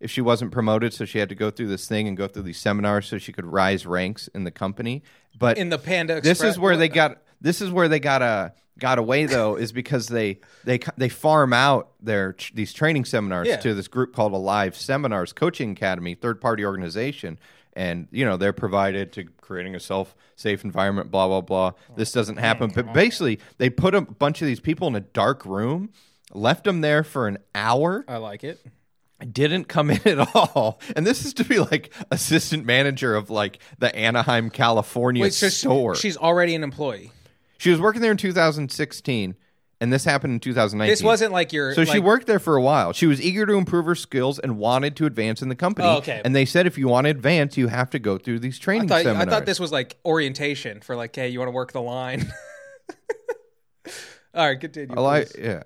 C: if she wasn't promoted so she had to go through this thing and go through these seminars so she could rise ranks in the company but
B: in the Panda Express.
C: this is where they got this is where they got uh, got away though is because they they c- they farm out their tr- these training seminars
B: Yeah.
C: to this group called Alive Seminars Coaching Academy, third party organization, and you know they're provided to creating a self safe environment. Blah blah blah.
B: Oh,
C: This doesn't happen, but basically they put a bunch of these people in a dark room, left them there for an hour,
B: I like it.
C: didn't come in at all. And this is to be like assistant manager of like the Anaheim, California
B: Wait, so she-
C: store.
B: she's already an employee.
C: She was working there in 2016, and this happened in 2019.
B: This wasn't like your.
C: So she
B: like-
C: worked there for a while. She was eager to improve her skills and wanted to advance in the company.
B: Oh, okay.
C: And they said if you want to advance, you have to go through these
B: I
C: training
B: thought, I
C: seminars.
B: thought this was like orientation for like, hey, you want to work the line. All right, continue.
C: Well, I-
B: please.
C: yeah.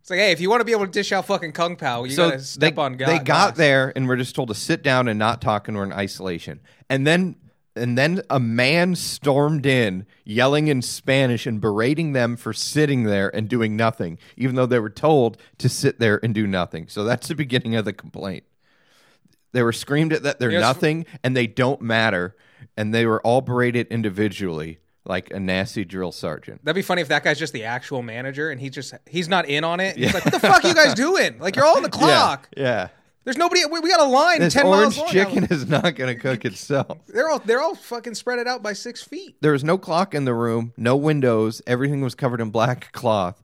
B: It's like, hey, if you want to be able to dish out fucking kung pao, you
C: so
B: gotta step
C: they,
B: on God.
C: they got
B: there.
C: there and were just told to sit down and not talk and were in isolation. And then and then a man stormed in, yelling in Spanish and berating them for sitting there and doing nothing, even though they were told to sit there and do nothing. So that's the beginning of the complaint. They were screamed at that they're
B: Yes.
C: nothing and they don't matter, and they were all berated individually like a nasty drill sergeant.
B: That'd be funny if that guy's just the actual manager and he just he's not in on it. He's like, "What the fuck you guys doing? Like you're all on the clock.
C: Yeah. yeah.
B: There's nobody. We, we got a line
C: This
B: ten
C: orange
B: miles long.
C: chicken is not going to cook itself.
B: They're all they're all fucking spread it out by six feet.
C: There was no clock in the room, no windows. Everything was covered in black cloth.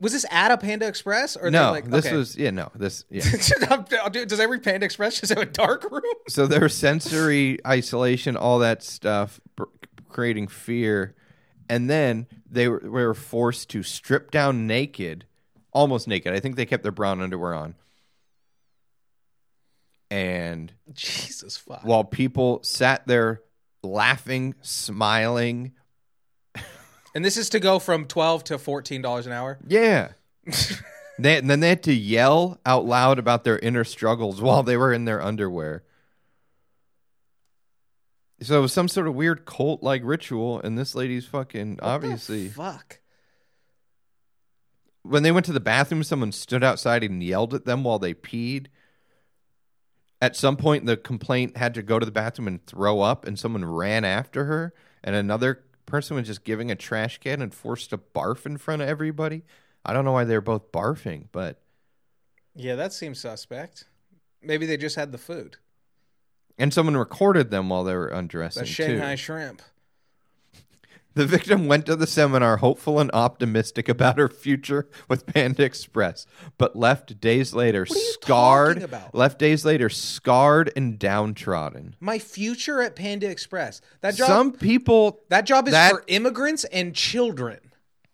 B: Was this at a Panda Express or
C: No,
B: they're like,
C: this
B: okay.
C: was yeah, no, this yeah.
B: I'm- I'll do- Does every Panda Express just have a dark room?
C: so there was sensory isolation, all that stuff, pr- creating fear, and then they were, were forced to strip down naked, almost naked. I think they kept their brown underwear on, and
B: Jesus fuck.
C: while people sat there laughing, smiling,
B: and this is to go from twelve to fourteen dollars an hour.
C: yeah. They, and then they had to yell out loud about their inner struggles while they were in their underwear. So it was some sort of weird cult like ritual, and this lady's fucking obviously.
B: Oh, fuck.
C: when they went to the bathroom, someone stood outside and yelled at them while they peed. At some point, the complaint had to go to the bathroom and throw up, and someone ran after her, and another person was just giving a trash can and forced to barf in front of everybody. I don't know why they were both barfing, but
B: Yeah, that seems suspect. Maybe they just had the food.
C: and someone recorded them while they were undressing
B: That Shanghai
C: too.
B: shrimp.
C: The victim went to the seminar hopeful and optimistic about her future with Panda Express, but left days later
B: What are you
C: scarred.
B: talking about?
C: Left days later scarred and downtrodden.
B: My future at Panda Express. That job.
C: Some people
B: that job is
C: that-
B: for immigrants and children.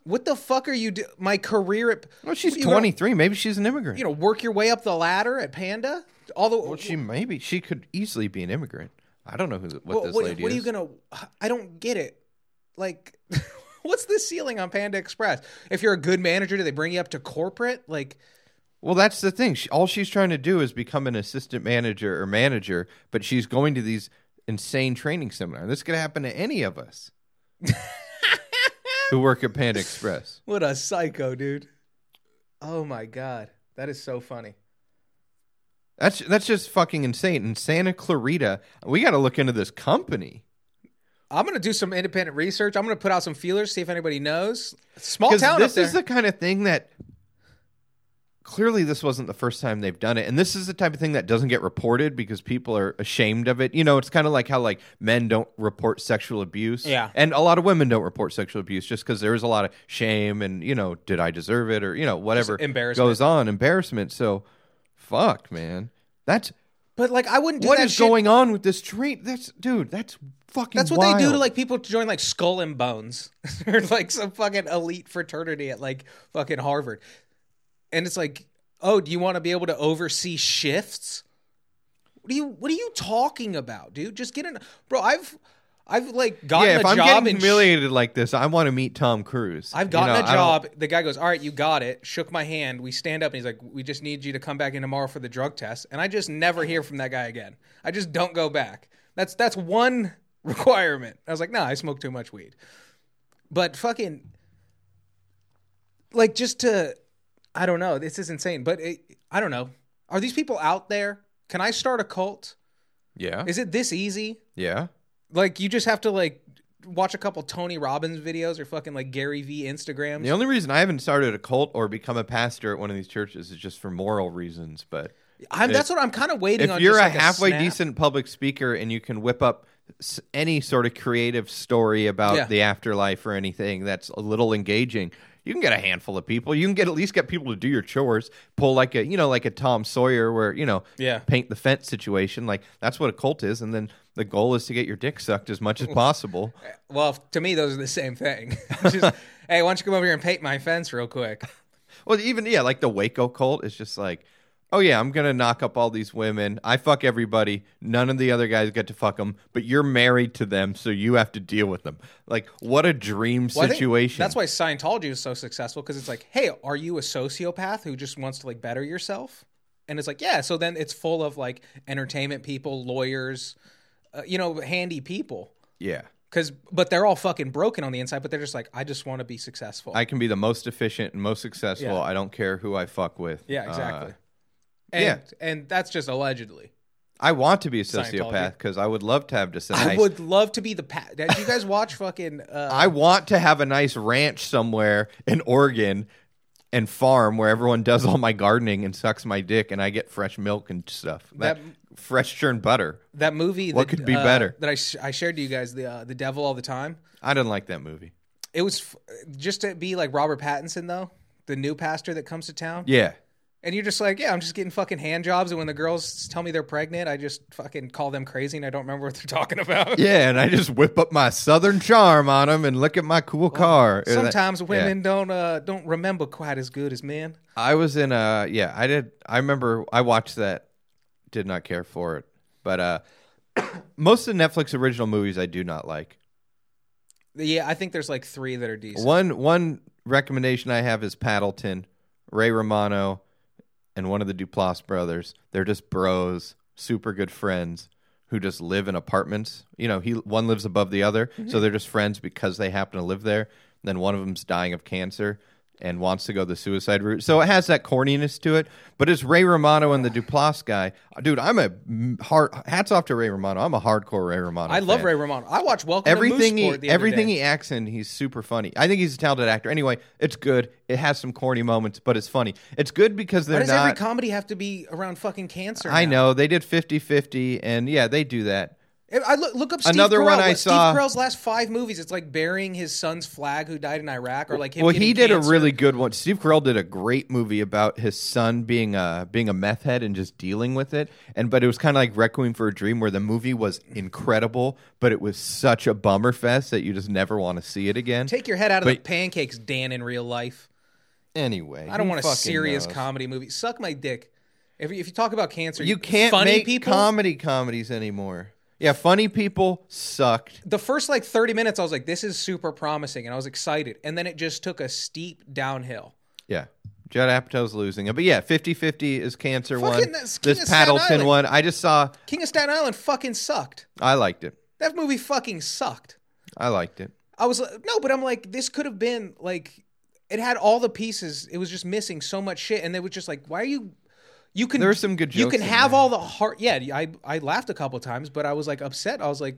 B: What the fuck are you do? My career at.
C: Well, she's
B: you know-
C: 23, maybe she's an immigrant.
B: you know, work your way up the ladder at Panda. All the
C: well, she maybe she could easily be an immigrant. I don't know who th- what
B: what,
C: this
B: what-
C: lady
B: what are you
C: is.
B: gonna? I don't get it. Like, what's the ceiling on Panda Express? If you're a good manager, do they bring you up to corporate? Like,
C: Well, that's the thing. She, all she's trying to do is become an assistant manager or manager, but she's going to these insane training seminars. This could happen to any of us who work at Panda Express.
B: what a psycho, dude! Oh my god, that is so funny.
C: That's that's just fucking insane. In Santa Clarita, we got to look into this company
B: I'm gonna do some independent research. I'm gonna put out some feelers, see if anybody knows. Small
C: because
B: town
C: this
B: up there.
C: is the kind of thing that clearly this wasn't the first time they've done it, and this is the type of thing that doesn't get reported because people are ashamed of it. You know, it's kind of like how like men don't report sexual abuse,
B: Yeah.
C: and a lot of women don't report sexual abuse just because there is a lot of shame and you know, did I deserve it or you know whatever
B: embarrassment.
C: goes on, embarrassment. So, fuck, man, that's
B: but like, I wouldn't do
C: what
B: that
C: is
B: shit.
C: going on with this train? That's dude. That's fucking.
B: That's what they do to
C: wild.
B: like people to join like Skull and Bones or like some fucking elite fraternity at like fucking Harvard. And it's like, oh, do you want to be able to oversee shifts? What are you What are you talking about, dude? Just get in, bro. I've I've like gotten
C: Yeah,
B: a
C: if I'm
B: job
C: getting
B: and sh-
C: humiliated like this, I want to meet Tom Cruise.
B: I've
C: You
B: gotten
C: know,
B: a
C: I don't-
B: job. The guy goes, "All right, you got it." Shook my hand. We stand up, and he's like, "We just need you to come back in tomorrow for the drug test." And I just never hear from that guy again. I just don't go back. That's that's one requirement. I was like, "No, I smoke too much weed." But fucking, like, just to, I don't know. This is insane. But it, I don't know. Are these people out there? Can I start a cult?
C: Yeah.
B: Is it this easy?
C: Yeah.
B: Like, you just have to like watch a couple Tony Robbins videos or fucking like Gary V Instagrams.
C: The only reason I haven't started a cult or become a pastor at one of these churches is just for moral reasons. But
B: I'm, that's what I'm kind of waiting
C: if
B: on.
C: you're
B: just
C: a
B: like
C: halfway
B: snap.
C: decent public speaker and you can whip up s- any sort of creative story about
B: Yeah.
C: the afterlife or anything that's a little engaging, you can get a handful of people. You can get at least get people to do your chores. Pull like a you know like a Tom Sawyer where you know
B: Yeah.
C: paint the fence situation. Like that's what a cult is, and then the goal is to get your dick sucked as much as possible.
B: Well, to me, those are the same thing. It's just, hey, why don't you come over here and paint my fence real quick?
C: Well, even yeah, like the Waco cult is just like, oh yeah, I'm gonna knock up all these women. I fuck everybody. None of the other guys get to fuck them, but you're married to them, so you have to deal with them. Like, what a dream
B: Well, I think
C: situation.
B: That's why Scientology is so successful because it's like, hey, are you a sociopath who just wants to like better yourself? And it's like, yeah. So then it's full of like entertainment people, lawyers, uh, uh, you know, handy people.
C: Yeah.
B: Cause, but they're all fucking broken on the inside. But they're just like, I just want to be successful.
C: I can be the most efficient and most successful.
B: Yeah.
C: I don't care who I fuck with.
B: yeah,
C: Uh,
B: exactly. and,
C: yeah.
B: and that's just allegedly.
C: I want to be a
B: Scientology.
C: sociopath because I would love to have just a nice.
B: I would love to be the. Pa- Did you guys watch fucking? Uh,
C: I want to have a nice ranch somewhere in Oregon and farm where everyone does all my gardening and sucks my dick and I get fresh milk and stuff. That, fresh churned butter.
B: that movie.
C: What
B: that,
C: could be
B: uh,
C: better?
B: That I sh- I shared to you guys the uh, the devil all the time.
C: I didn't like that movie.
B: It was f- just to be like Robert Pattinson though, the new pastor that comes to town.
C: Yeah.
B: And you're just like, yeah, I'm just getting fucking hand jobs. And when the girls tell me they're pregnant, I just fucking call them crazy and I don't remember what they're talking about.
C: Yeah, and I just whip up my southern charm on them and look at my cool car. Or that-
B: Sometimes
C: Yeah.
B: women don't uh, don't remember quite as good as men.
C: I was in a yeah. I did. I remember I watched that. Did not care for it, but uh, most of the Netflix original movies I do not like.
B: Yeah, I think there's like three that are decent.
C: One one recommendation I have is Paddleton, Ray Romano, and one of the Duplass brothers. They're just bros, super good friends who just live in apartments. You know, he one lives above the other,
B: Mm-hmm.
C: so they're just friends because they happen to live there. Then one of them's dying of cancer and wants to go the suicide route. So it has that corniness to it, but it's Ray Romano and the Duplass guy. Dude, I'm a mm, hard hats off to Ray Romano. I'm a hardcore Ray Romano.
B: I love
C: fan
B: Ray Romano. I watch Welcome
C: everything
B: to
C: he
B: Mooseport the other
C: everything
B: day.
C: he acts in, he's super funny. I think he's a talented actor. Anyway, it's good. It has some corny moments, but it's funny. It's good because
B: Why
C: they're
B: does every
C: not.
B: comedy have to be around fucking cancer?
C: I
B: now?
C: know they did 50-50, and yeah, they do that.
B: If I look, look up Steve
C: Another
B: Carell.
C: one I
B: What- Steve
C: saw-
B: Carell's last five movies. It's like burying his son's flag who died in Iraq, or like him
C: well, he
B: getting
C: did a
B: cancer.
C: really good one. Steve Carell did a great movie about his son being a being a meth head and just dealing with it. And but it was kind of like Requiem for a Dream, where the movie was incredible, but it was such a bummer fest that you just never want to see it again.
B: take your head out of the
C: But-
B: pancakes, Dan. In real life,
C: anyway,
B: I don't
C: who
B: want a
C: fucking
B: serious
C: knows?
B: comedy movie. Suck my dick. If you, if you talk about cancer,
C: You can't
B: funny
C: make
B: people.
C: comedy comedies anymore. Yeah, funny people sucked.
B: the first like 30 minutes, I was like, this is super promising, and I was excited. And then it just took a steep downhill.
C: Yeah. Judd Apatow's losing it. But yeah, 50-50 is cancer
B: Fucking
C: one.
B: that's King of
C: This
B: Staten Island.
C: Paddleton one, I just saw
B: King of Staten Island fucking sucked.
C: I liked it.
B: That movie fucking sucked.
C: I liked it.
B: I was like, no, but I'm like, this could have been like, it had all the pieces. It was just missing so much shit, and they were just like, why are you? You can.
C: There were some good
B: You
C: jokes
B: can
C: in
B: have
C: there.
B: all the heart. Yeah, I I laughed a couple times, but I was like upset. I was like,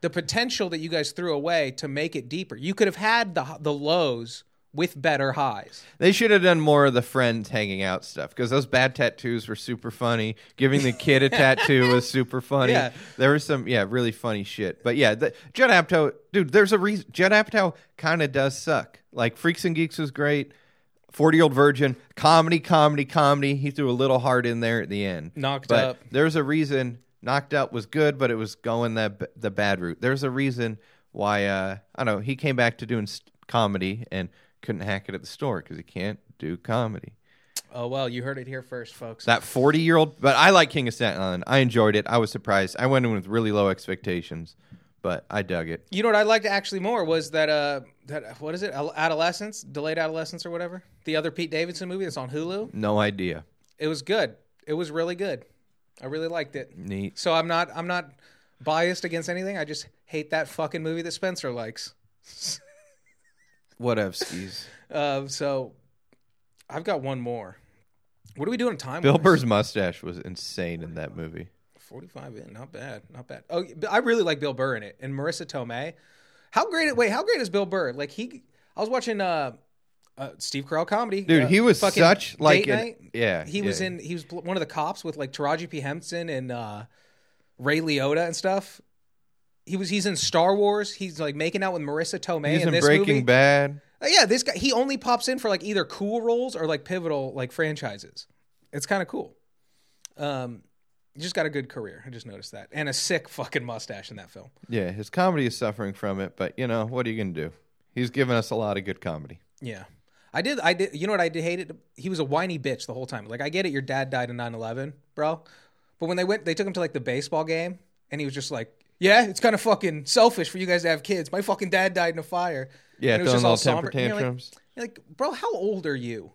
B: the potential that you guys threw away to make it deeper. You could have had the the lows with better highs.
C: They should have done more of the friends hanging out stuff because those bad tattoos were super funny. Giving the kid a tattoo was super funny.
B: Yeah.
C: There was some, yeah, really funny shit. But yeah, the, Judd Apatow, dude, there's a reason. Judd Apatow kind of does suck. Like Freaks and Geeks was great. 40 Year Old Virgin, comedy, comedy, comedy. He threw a little heart in there at the end.
B: Knocked
C: but
B: Up.
C: There's a reason Knocked Up was good, but it was going that b- the bad route. There's a reason why uh, I don't know. He came back to doing st- comedy and couldn't hack it at the store because he can't do comedy.
B: Oh well, you heard it here first, folks.
C: That 40 year old, but I like King of Staten Island. I enjoyed it. I was surprised. I went in with really low expectations, but I dug it.
B: you know what I liked actually more was that uh that what is it adolescence delayed adolescence or whatever the other Pete Davidson movie that's on Hulu.
C: No idea.
B: it was good. It was really good. I really liked it.
C: Neat.
B: So I'm not I'm not biased against anything. I just hate that fucking movie that Spencer likes.
C: What of skis?
B: Uh, so I've got one more. What are we doing time?
C: Bill Burr's mustache was insane in that movie.
B: 45 in, not bad, not bad. Oh, but I really like Bill Burr in it, and Marissa Tomei. How great? Wait, how great is Bill Burr? Like he, I was watching uh, uh Steve Carell comedy.
C: Dude,
B: uh,
C: he was
B: fucking
C: such, like,
B: date
C: an-
B: night.
C: yeah,
B: he
C: yeah.
B: was in. He was pl- one of the cops with like Taraji P Henson and uh Ray Liotta and stuff. He was. He's in Star Wars. He's like making out with Marissa Tomei
C: He's
B: in
C: in
B: this
C: Breaking
B: movie.
C: Bad.
B: Uh, yeah, this guy. He only pops in for like either cool roles or like pivotal like franchises. It's kind of cool. Um, he just got a good career. I just noticed that, and a sick fucking mustache in that film.
C: Yeah, his comedy is suffering from it, but you know, what are you going to do? He's given us a lot of good comedy.
B: Yeah. I did. I did. You know what I did hate it? He was a whiny bitch the whole time. Like I get it. Your dad died in 9-11, bro. But when they went, they took him to like the baseball game, and he was just like, "Yeah, it's kind of fucking selfish for you guys to have kids. My fucking dad died in a fire."
C: Yeah,
B: and it was
C: throwing
B: just all somber.
C: little temper
B: And you're like-
C: tantrums.
B: you're like, bro, how old are you?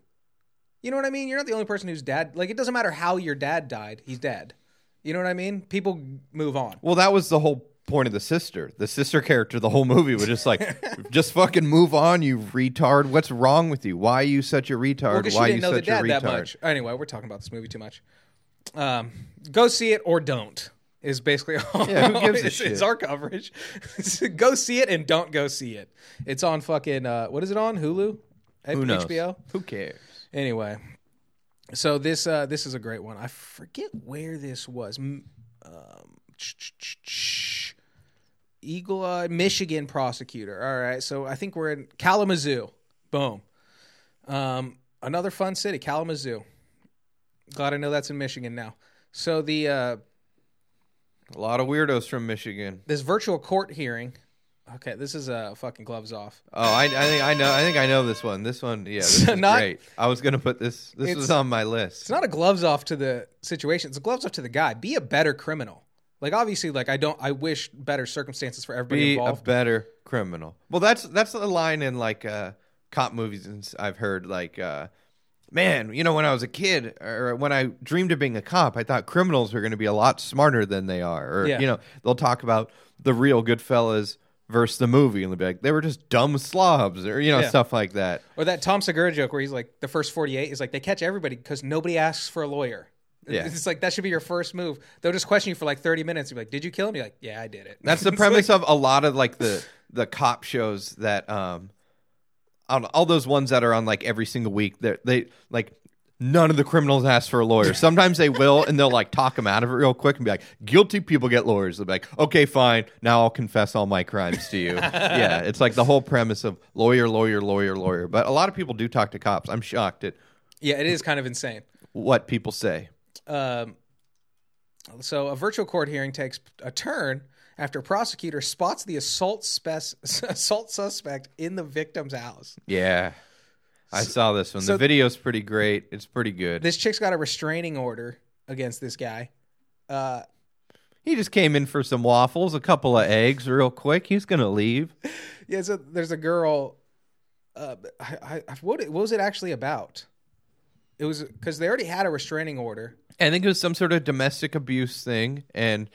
B: You know what I mean? You're not the only person whose dad. Like, it doesn't matter how your dad died. He's dead. You know what I mean? People move on.
C: Well, that was the whole point of the sister. The sister character, the whole movie was just like, just fucking move on, you retard. What's wrong with you? Why are you such a retard?
B: Because
C: Why
B: she didn't
C: you
B: know the
C: such a
B: dad
C: retard?
B: that much. Anyway, we're talking about this movie too much. Um, go see it or don't is basically all.
C: Yeah, who gives a
B: it's, it's
C: shit?
B: our coverage. go see it and don't go see it. It's on fucking uh, what is it on Hulu?
C: Who knows?
B: HBO.
C: Who cares?
B: Anyway, so this uh, this is a great one. I forget where this was. M- Um, Eagle Eye, Michigan prosecutor. All right, so I think we're in Kalamazoo. Boom. Um, another fun city, Kalamazoo. Glad I know that's in Michigan now. So the uh,
C: A lot of weirdos from Michigan.
B: this virtual court hearing. Okay, this is uh, fucking gloves off.
C: Oh, I, I think I know. I think I know this one. This one, yeah, this
B: So
C: is
B: not-
C: great. I was gonna put this. This
B: It's-
C: was on my list.
B: it's not a gloves off to the situation. It's a gloves off to the guy. Be a better criminal. Like obviously, like I don't. I wish better circumstances for everybody
C: Be a
B: involved.
C: better criminal. Well, that's that's the line in like uh, cop movies. and s- I've heard like, uh, man, you know, when I was a kid or when I dreamed of being a cop, I thought criminals were going to be a lot smarter than they are. Or
B: Yeah.
C: you know, they'll talk about the real Goodfellas versus the movie, and they'll be like, they were just dumb slobs, or you know,
B: Yeah.
C: stuff like that.
B: or that Tom Segura joke where he's like, the first forty-eight is like they catch everybody because nobody asks for a lawyer.
C: Yeah.
B: It's like that should be your first move. They'll just question you for like thirty minutes. You're like, did you kill him? You're like, yeah, I did it.
C: That's the
B: It's
C: premise
B: like-
C: of a lot of like the the cop shows that um on all those ones that are on like every single week that they like none of the criminals ask for a lawyer. Sometimes they will and they'll like talk them out of it real quick and be like guilty people get lawyers. They'll be like, "Okay, fine. Now I'll confess all my crimes to you." yeah, it's like the whole premise of lawyer, lawyer, lawyer, lawyer. But a lot of people do talk to cops. I'm shocked at
B: yeah, it is kind of insane.
C: what people say.
B: Um, so a virtual court hearing takes a turn after a prosecutor spots the assault spec- assault suspect in the victim's house.
C: Yeah. I saw this one.
B: so-
C: the video's pretty great. It's pretty good.
B: this chick's got a restraining order against this guy. Uh,
C: He just came in for some waffles, a couple of eggs, real quick. He's gonna leave.
B: yeah, so there's a girl. Uh, I, I, what, what was it actually about? It was because they already had a restraining order.
C: I think it was some sort of domestic abuse thing, and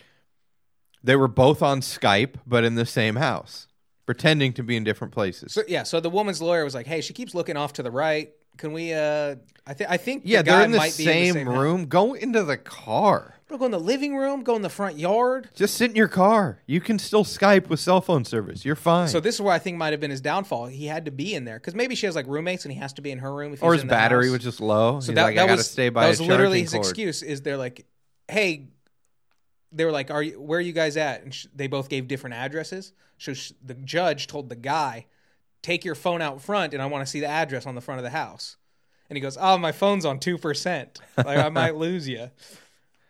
C: they were both on Skype, but in the same house, pretending to be in different places.
B: So yeah, so the woman's lawyer was like, "Hey, she keeps looking off to the right. Can we? Uh, I think I think the
C: yeah,
B: guy
C: they're in the,
B: might be in
C: same
B: house."
C: room. Go into the car.
B: Bro, go in the living room. Go in the front yard.
C: Just sit in your car. You can still Skype with cell phone service. You're fine.
B: So this is where I think might have been his downfall. He had to be in there because maybe she has like roommates and he has to be in her room. If he's
C: or his
B: in the
C: battery
B: house.
C: was just low.
B: So
C: He's
B: that,
C: like,
B: that
C: I gotta
B: was,
C: stay by
B: that
C: a
B: was literally
C: charging
B: his
C: cord.
B: excuse. Is they're like, hey, they were like, are you, where are you guys at? And sh- they both gave different addresses. So sh- the judge told the guy, take your phone out front, and I want to see the address on the front of the house. And he goes, oh, my phone's on two percent. Like I might lose you.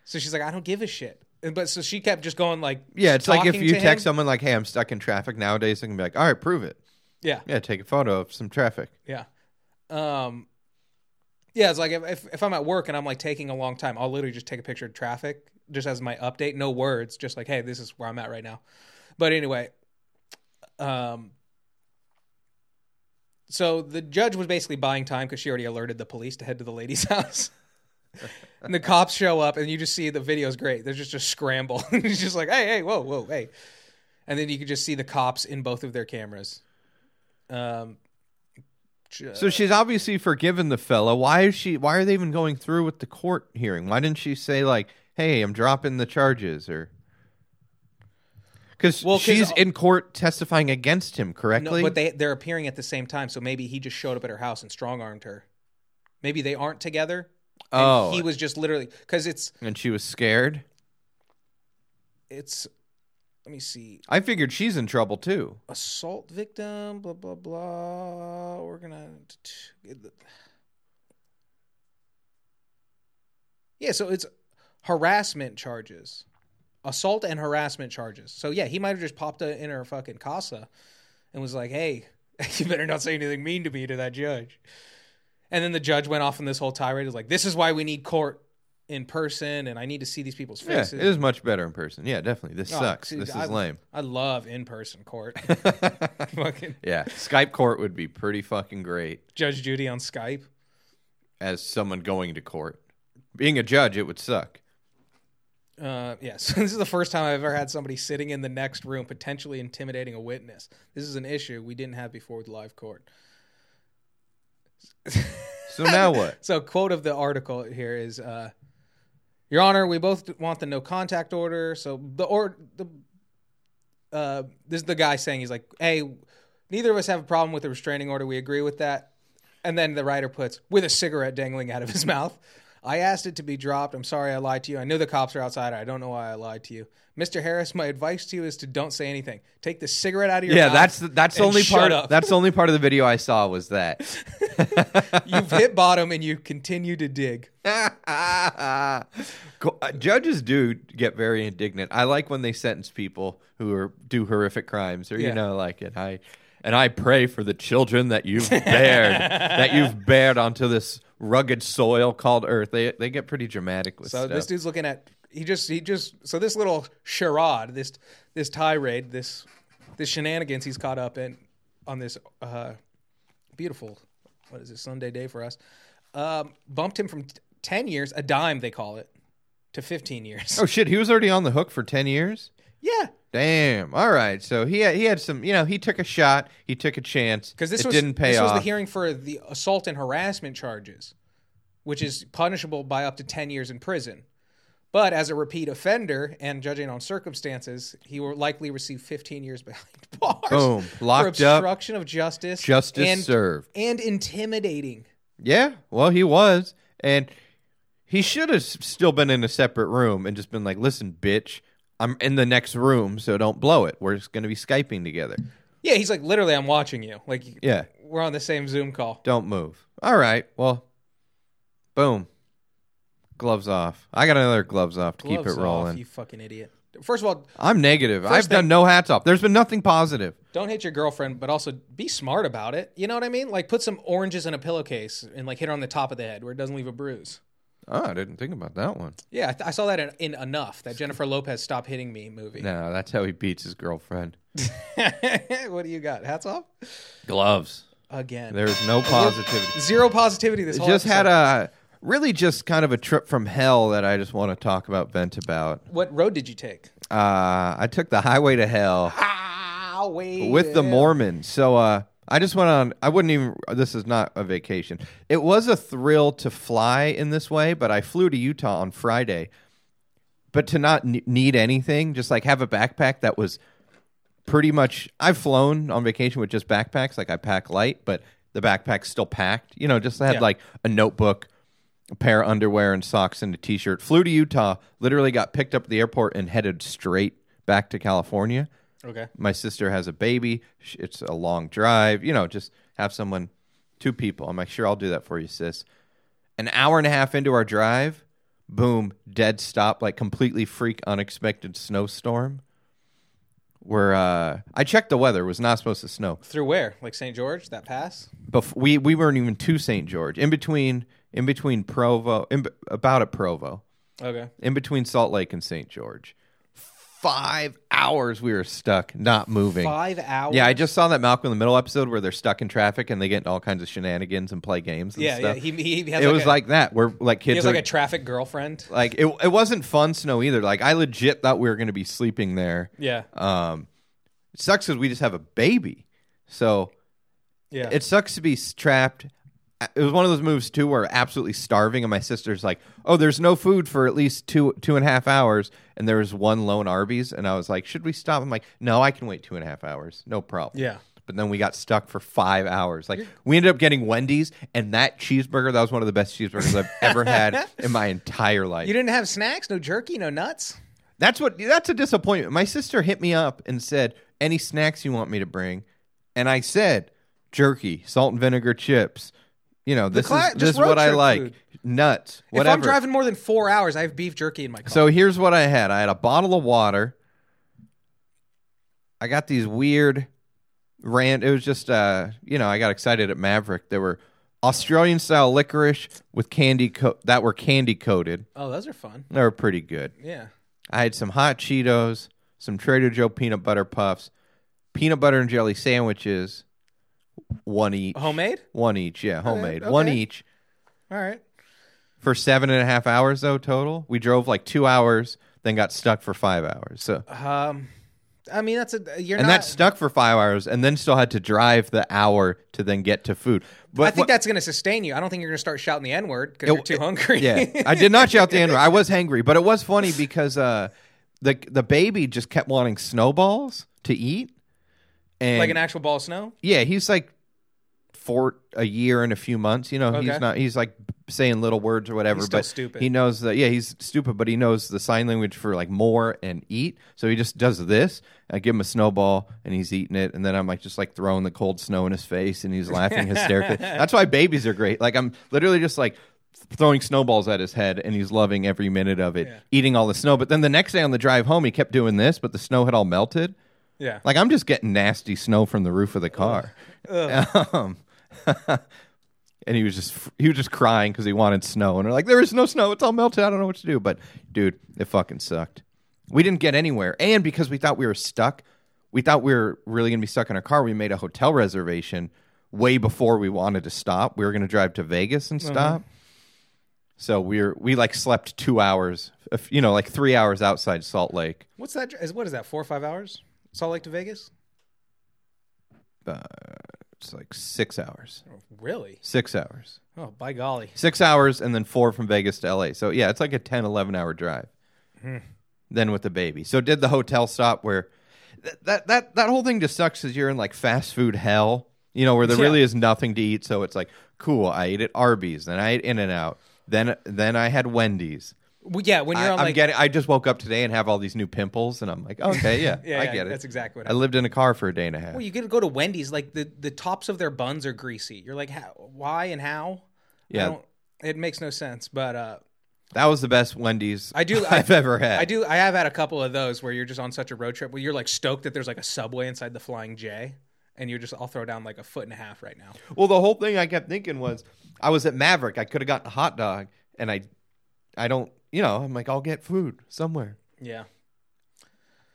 B: So she's like, I don't give a shit. And, but so she kept just going like,
C: Yeah, it's like if
B: talking
C: you
B: to
C: text
B: him.
C: someone like, "Hey, I'm stuck in traffic." Nowadays, they can be like, "All right, prove it."
B: yeah,
C: Yeah, take a photo of some traffic.
B: Yeah. Um Yeah, it's like if, if if I'm at work and I'm like taking a long time, I'll literally just take a picture of traffic just as my update, no words, just like, hey, this is where I'm at right now. But anyway, um so the judge was basically buying time because she already alerted the police to head to the lady's house. and the cops show up and you just see the video's great. There's just a scramble. it's just like, hey, hey, whoa, whoa, hey. And then you can just see the cops in both of their cameras. Um ju-
C: So she's obviously forgiven the fella. Why is she? Why are they even going through with the court hearing? Why didn't she say like, "Hey, I'm dropping the charges"? Or because
B: Well, 'cause-
C: she's in court testifying against him,
B: No,
C: correctly?
B: but they they're appearing at the same time, so maybe he just showed up at her house and strong armed her. Maybe they aren't together. and
C: Oh.
B: he was just literally because it's
C: and she was scared.
B: it's. Let me see.
C: I figured she's in trouble too.
B: Assault victim. Blah blah blah. We're gonna. Yeah, so it's harassment charges, assault and harassment charges. So yeah, he might have just popped in her fucking casa and was like, "Hey, you better not say anything mean to me to that judge." And then the judge went off on this whole tirade. Is like, "This is why we need court in person, and I need to see these people's
C: Yeah,
B: faces."
C: it is much better in person. Yeah, definitely. This
B: Oh,
C: sucks.
B: dude,
C: this is
B: I-
C: lame.
B: I love in person court. fucking
C: Yeah, Skype court would be pretty fucking great
B: Judge Judy on Skype.
C: as someone going to court. Being a judge, it would suck.
B: Uh, yes, this is the first time I've ever had somebody sitting in the next room potentially intimidating a witness. This is an issue we didn't have before with live court.
C: So now what?
B: So, quote of the article here is, uh, "Your Honor, we both want the no contact order." So the or the uh, this is the guy saying he's like, "Hey, neither of us have a problem with the restraining order. We agree with that." And then the writer puts, "With a cigarette dangling out of his mouth." I asked it to be dropped. I'm sorry I lied to you. I knew the cops are outside. I don't know why I lied to you. Mr. Harris, my advice to you is to don't say anything. Take the cigarette out of your
C: Yeah,
B: mouth.
C: that's that's the
B: and
C: only
B: shut
C: part.
B: up.
C: That's the only part of the video I saw was that.
B: You've hit bottom and you continue to dig.
C: Co- uh, Judges do get very indignant. I like when they sentence people who are do horrific crimes, or
B: Yeah.
C: you know, like and I and I pray for the children that you've bared, that you've bared onto this rugged soil called earth. They they get pretty dramatic with
B: So
C: stuff.
B: this dude's looking at he just he just so this little charade, this this tirade, this this shenanigans he's caught up in on this uh, beautiful what is this Sunday day for us um, bumped him from t- ten years a dime they call it to fifteen years.
C: oh shit, he was already on the hook for ten years.
B: Yeah,
C: Damn. All right. So he had, he had some. You know, he took a shot. He took a chance
B: because this
C: it
B: was
C: didn't pay
B: this
C: off.
B: was the hearing for the assault and harassment charges, which is punishable by up to ten years in prison. But as a repeat offender and judging on circumstances, he will likely receive 15 years behind bars.
C: Boom.
B: for
C: Locked up.
B: obstruction of justice,
C: Justice
B: and,
C: served.
B: and intimidating.
C: Yeah, well, he was, and he should have s- still been in a separate room and just been like, "Listen, bitch, I'm in the next room, so don't blow it. We're just going to be skyping together.
B: Yeah, he's like literally, I'm watching you. Like,
C: Yeah,
B: we're on the same Zoom call.
C: don't move. All right, well, boom, gloves off. I got another gloves off to keep
B: Gloves
C: it
B: off,
C: rolling.
B: you fucking idiot. First of all,
C: I'm negative. i I've
B: thing-
C: done no hats off. There's been nothing positive.
B: don't hit your girlfriend, but also be smart about it. You know what I mean? Like, put some oranges in a pillowcase and like hit her on the top of the head where it doesn't leave a bruise.
C: Oh, I didn't think about that one.
B: Yeah, I, th- I saw that in, in Enough, that Jennifer Lopez "Stop Hitting Me" movie.
C: No, that's how he beats his girlfriend.
B: what do you got? Hats off
C: Gloves.
B: again.
C: There's no positivity.
B: Zero positivity. This whole
C: just had
B: episode.
C: a really just kind of a trip from hell that I just want to talk about vent about.
B: What road did you take?
C: Uh, I took the highway to hell
B: Ah, wait.
C: with the
B: yeah.
C: Mormons. So uh, I just went on. I wouldn't even. This is not a vacation. It was a thrill to fly in this way, but I flew to Utah on Friday. But to not n- need anything, just like have a backpack that was pretty much. I've flown on vacation with just backpacks. Like I pack light, but the backpack's still packed. You know, just had
B: Yeah.
C: like a notebook, a pair of underwear and socks and a t-shirt. Flew to Utah. Literally got picked up at the airport and headed straight back to California
B: Okay.
C: my sister has a baby. Sh- It's a long drive. You know, just have someone, two people. I'm like, sure, I'll do that for you, sis. An hour and a half into our drive, boom, dead stop, like completely freak, unexpected snowstorm. Where uh, I checked the weather, it was not supposed to snow.
B: Through where? Like St. George? That pass?
C: Bef- we we weren't even to St. George. In between, in between Provo, in, b- about at Provo,
B: Okay.
C: in between Salt Lake and St. George. Five hours we were stuck, not moving.
B: Five hours.
C: Yeah, I just saw that Malcolm in the Middle episode where they're stuck in traffic and they get into all kinds of shenanigans and play games. And
B: yeah, yeah.
C: stuff.
B: He, he has
C: it
B: like
C: was
B: a,
C: like that where like
B: he
C: kids
B: has
C: are,
B: like a traffic girlfriend.
C: like it. It wasn't fun snow either. Like I legit thought we were going to be sleeping there.
B: Yeah.
C: Um, it sucks because we just have a baby, so
B: yeah.
C: it sucks to be s- trapped. Uh, It was one of those moves too where absolutely starving, and my sister's like, "Oh, there's no food for at least two two and a half hours." And there was one lone Arby's, and I was like, "Should we stop?" I'm like, "No, I can wait two and a half hours, no problem."
B: Yeah.
C: But then we got stuck for five hours. Like we ended up getting Wendy's, and that cheeseburger that was one of the best cheeseburgers I've ever had in my entire life.
B: you didn't have snacks? No jerky? No nuts?
C: That's what that's a disappointment. My sister hit me up and said, "Any snacks you want me to bring?" And I said, "Jerky, salt and vinegar chips. You know, this
B: cla-
C: is
B: just
C: this is
B: road
C: what I
B: trip
C: like.
B: food.
C: Nuts, whatever."
B: If I'm driving more than four hours, I have beef jerky in my car.
C: so here's what I had. I had a bottle of water. I got these weird rant. It was just uh, you know, I got excited at Maverick. There were Australian style licorice with candy co- that were candy coated.
B: oh, those are fun.
C: They were pretty good.
B: Yeah.
C: I had some hot Cheetos, some Trader Joe peanut butter puffs, peanut butter and jelly sandwiches, one each.
B: Homemade?
C: One each, yeah, homemade.
B: okay.
C: One each
B: All right.
C: for seven and a half hours, though, total. We drove like two hours. then got stuck for five hours. So
B: Um, I mean, that's a you're
C: and
B: not.
C: that stuck for five hours, and then still had to drive the hour to then get to food. But
B: I think
C: what-
B: that's going to sustain you. I don't think you're going to start shouting the N word because
C: It-
B: you're too hungry.
C: yeah, I did not shout the N word. I was hangry, but it was funny because uh, the the baby just kept wanting snowballs to eat, and
B: like an actual ball of snow.
C: yeah, he's like for a year and a few months. You know,
B: Okay.
C: he's not. He's like saying little words or whatever.
B: He's still
C: but
B: stupid.
C: He knows that. Yeah, he's stupid, but he knows the sign language for like more and eat. So he just does this. I give him a snowball, and he's eating it. And then I'm like just like throwing the cold snow in his face, and he's laughing hysterically. That's why babies are great. Like I'm literally just like throwing snowballs at his head and he's loving every minute of it eating all the snow but then the next day on the drive home he kept doing this but the snow had all melted
B: Yeah.
C: like I'm just getting nasty snow from the roof of the car. Um, and he was just he was just crying because he wanted snow, and they're like, "There is no snow; it's all melted. I don't know what to do." But dude, it fucking sucked. We didn't get anywhere, and because we thought we were stuck, we thought we were really gonna be stuck in our car. We made a hotel reservation way before we wanted to stop. We were gonna drive to Vegas and stop. So we were we like slept two hours, if- you know, like three hours outside Salt Lake.
B: What's that? Is what is that? Four or five hours? Salt Lake to Vegas?
C: Uh, it's like six hours.
B: Really?
C: Six hours.
B: Oh, by golly!
C: Six hours and then four from Vegas to LA. So yeah, it's like a 10, 11 hour drive.
B: Hmm.
C: Then with the baby. So did the hotel stop where th- that that that whole thing just sucks because you're in like fast food hell, you know, where there
B: Yeah.
C: really is nothing to eat. So it's like, cool, I ate at Arby's, then I ate In and Out, then then I had Wendy's.
B: Well, yeah, when you're
C: I,
B: on
C: am
B: like
C: getting I just woke up today and have all these new pimples and I'm like, okay, yeah,
B: Yeah,
C: I
B: yeah,
C: get it.
B: that's exactly what
C: I lived in a car for a day and a half.
B: Well, you get to go to Wendy's. Like the the tops of their buns are greasy. You're like, how, why and how? I
C: Yeah.
B: don't- it makes no sense. But uh,
C: that was the best Wendy's
B: I do.
C: I've
B: I,
C: ever had.
B: I do. I have had a couple of those where you're just on such a road trip where you're like stoked that there's like a subway inside the Flying J, and you're just I'll throw down like a foot and a half right now.
C: Well, the whole thing I kept thinking was I was at Maverick. I could have gotten a hot dog, and I, I don't, you know, I'm like, I'll get food somewhere.
B: Yeah.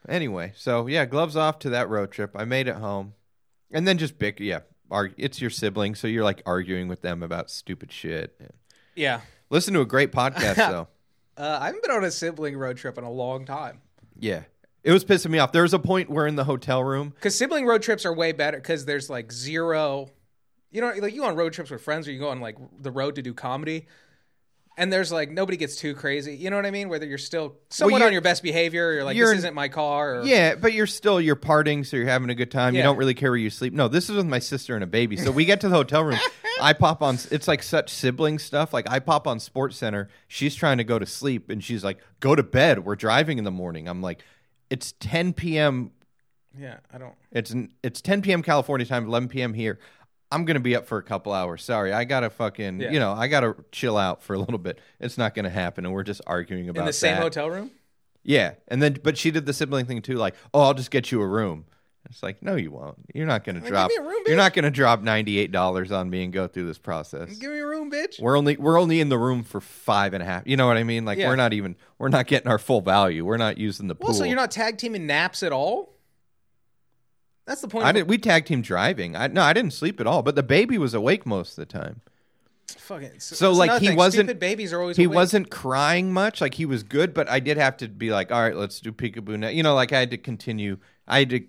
C: Anyway, so yeah, gloves off to that road trip. I made it home, and then just bick. Yeah, arg- it's your sibling, so you're like arguing with them about stupid shit. Yeah.
B: Yeah.
C: Listen to a great podcast though.
B: Uh, I haven't been on a sibling road trip in a long time.
C: Yeah, it was pissing me off. There was a point where in the hotel room,
B: Because sibling road trips are way better because there's like zero, you know, like you go on road trips with friends or you go on like the road to do comedy, and there's like nobody gets too crazy. You know what I mean? Whether you're still somewhat
C: you're-
B: on your best behavior, you're like
C: you're
B: this
C: in-
B: isn't my car. Or,
C: Yeah, but you're still you're partying, so you're having a good time. You
B: Yeah.
C: don't really care where you sleep. No, this is with my sister and a baby. So we get to the hotel room. I pop on. It's like such sibling stuff. Like I pop on Sports Center. She's trying to go to sleep, and she's like, "Go to bed. We're driving in the morning." I'm like, "It's 10 p.m.
B: yeah, I don't.
C: It's it's 10 p.m. California time, 11 p.m. here. I'm gonna be up for a couple hours. Sorry, I gotta fucking
B: Yeah.
C: you know I gotta chill out for a little bit. It's not gonna happen, and we're just arguing about
B: In the same
C: that.
B: hotel room?
C: Yeah, and then but she did the sibling thing too, like, oh, I'll just get you a room. It's like, no, you won't. You're not gonna
B: Like,
C: drop.
B: give me a room,
C: you're
B: bitch.
C: not gonna drop ninety eight dollars on me and go through this process.
B: Give me a room, bitch.
C: We're only we're only in the room for five and a half. You know what I mean? Like
B: Yeah.
C: we're not even we're not getting our full value. We're not using the pool.
B: Well, so you're not tag teaming naps at all. That's the point.
C: I
B: of-
C: did. We tag team driving. I no, I didn't sleep at all. But the baby was awake most of the time.
B: Fucking, so,
C: So,
B: that's
C: like,
B: another
C: he
B: thing.
C: wasn't-
B: Stupid babies are always.
C: he
B: awake.
C: wasn't crying much. Like he was good, but I did have to be like, all right, let's do peekaboo now. You know, like I had to continue. I had to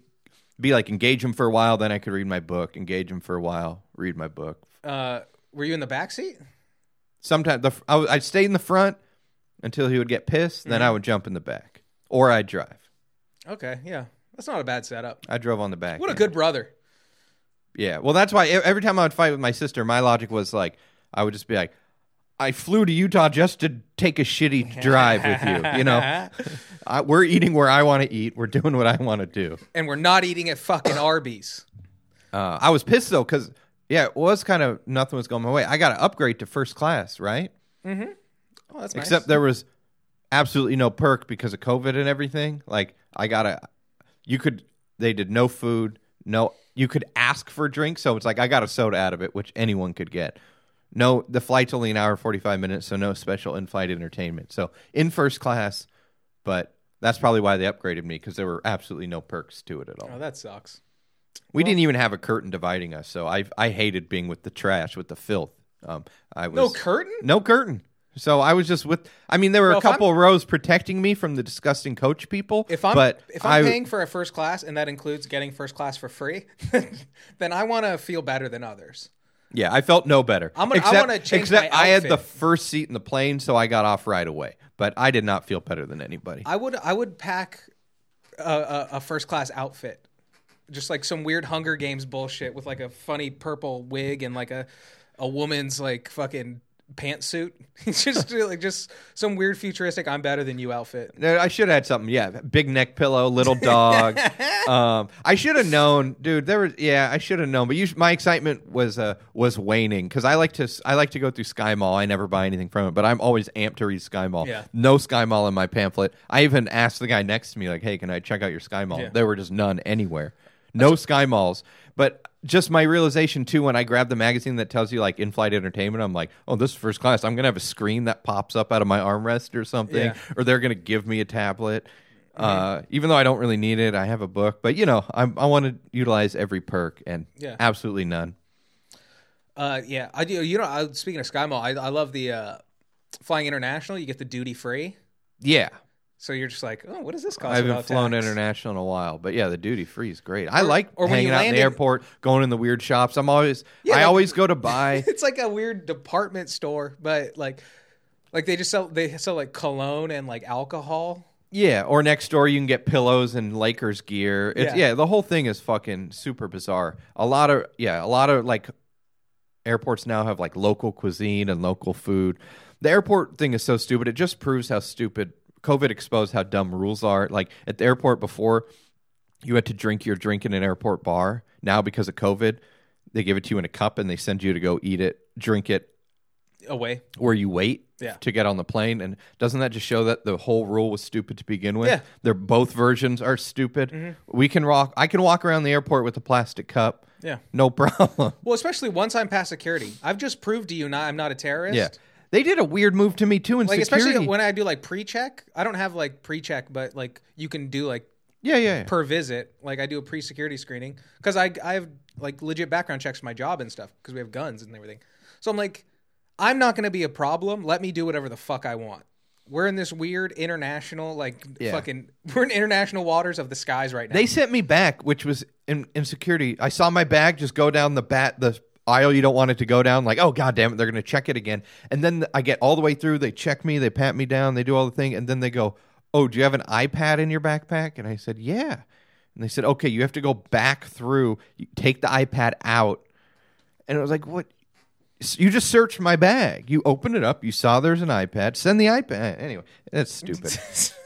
C: be like engage him for a while, then I could read my book. Engage him for a while, read my book.
B: Uh, were you in the back seat?
C: Sometimes the I, would- I'd stay in the front until he would get pissed,
B: Mm-hmm.
C: then I would jump in the back or I'd drive.
B: Okay, yeah, that's not a bad setup.
C: I drove on the back.
B: What a
C: end.
B: good brother.
C: Yeah. Well, that's why e- every time I would fight with my sister, my logic was like, I would just be like, I flew to Utah just to take a shitty drive with you. You know, I, we're eating where I want to eat. We're doing what I want to do.
B: and we're not eating at fucking Arby's.
C: Uh, I was pissed though because yeah, it was kind of nothing was going my way. I got to upgrade to first class, right?
B: Oh, that's
C: Except there was absolutely no perk because of COVID and everything. Like I gotta, you could. They did no food, no. You could ask for drinks, so it's like I got a soda out of it, which anyone could get. No, the flight's only an hour forty five minutes, so no special in flight entertainment. So in first class, but that's probably why they upgraded me because there were absolutely no perks to it at all.
B: Oh, that sucks.
C: We didn't even have a curtain dividing us, so I I hated being with the trash, with the filth. Um, I was
B: No curtain?
C: no curtain. So I was just with. I mean, there were
B: Well,
C: a
B: if I'm-
C: couple rows protecting me from the disgusting coach people.
B: If I'm
C: but
B: if I'm
C: I-
B: paying for a first class and that includes getting first class for free, then I want to feel better than others.
C: yeah, I felt no better.
B: I'm gonna- I
C: except,
B: wanna change
C: Except
B: my
C: I had the
B: outfit.
C: first seat in the plane, so I got off right away. But I did not feel better than anybody.
B: I would I would pack a, a, a first class outfit, just like some weird Hunger Games bullshit with like a funny purple wig and like a a woman's like fucking pantsuit. just like just some weird futuristic I'm better than you outfit.
C: No, I should have had something. Yeah, big neck pillow, little dog. um, I should have known, dude. There was yeah, I should have known. But you, sh- my excitement was uh, was waning because I like to s- I like to go through Sky Mall. I never buy anything from it, but I'm always amped to read Sky Mall.
B: Yeah.
C: No Sky Mall in my pamphlet. I even asked the guy next to me like, "Hey, can I check out your Sky Mall?"
B: Yeah.
C: There were just none anywhere. No Sky Malls. But just my realization too when I grabbed the magazine that tells you like in-flight entertainment, I'm like, "Oh, this is first class. I'm going to have a screen that pops up out of my armrest or something."
B: Yeah.
C: or they're going to give me a tablet.
B: Mm-hmm.
C: Uh, even though I don't really need it, I have a book. But you know, I'm, I want to utilize every perk, and
B: Yeah.
C: absolutely none.
B: Uh, yeah, I do. You know, I, speaking of Sky Mall, I, I love the uh, flying international. You get the duty free,
C: Yeah,
B: so you're just like, oh, what does this cost?
C: I haven't
B: without
C: flown
B: tax?
C: international in a while, but yeah, the duty free is great. I like
B: or when
C: hanging
B: you
C: out in
B: land
C: the
B: in-
C: airport, going in the weird shops. I'm always, I
B: like-
C: always go to buy.
B: It's like a weird department store, but like, like they just sell they sell like cologne and like alcohol.
C: yeah, or next door you can get pillows and Lakers gear. It's, yeah.
B: Yeah.
C: the whole thing is fucking super bizarre. A lot of yeah, a lot of like airports now have like local cuisine and local food. The airport thing is so stupid. It just proves how stupid COVID exposed how dumb rules are. Like at the airport before, you had to drink your drink in an airport bar. Now because of COVID, they give it to you in a cup and they send you to go eat it, drink it
B: Away,
C: where you wait
B: Yeah.
C: to get on the plane and doesn't that just show that the whole rule was stupid to begin with
B: Yeah. Mm-hmm.
C: they're both versions are stupid we can rock i can walk around the airport with a plastic cup
B: yeah.
C: no problem
B: Well, especially once I'm past security, I've just proved to you not I'm not a terrorist.
C: yeah they did a weird move to me too in
B: Like
C: security
B: especially when I do like pre-check, I don't have like pre-check, but like you can do like
C: yeah yeah, yeah.
B: per visit. Like I do a pre-security screening because I I have like legit background checks for my job and stuff because we have guns and everything. So I'm like, I'm not going to be a problem. Let me do whatever the fuck I want. We're in this weird international like
C: Yeah.
B: fucking we're in international waters of the skies right now.
C: They sent me back, which was in, in security. I saw my bag just go down the bat the aisle you don't want it to go down. Like, oh god damn it, they're gonna check it again. And then I get all the way through, they check me, they pat me down, they do all the thing, and then they go, Oh, do you have an iPad in your backpack? And I said, Yeah. And they said, Okay, you have to go back through, you take the iPad out. And it was like, What S- you just searched my bag. You opened it up. You saw there's an iPad. Send the iPad. Anyway, that's stupid.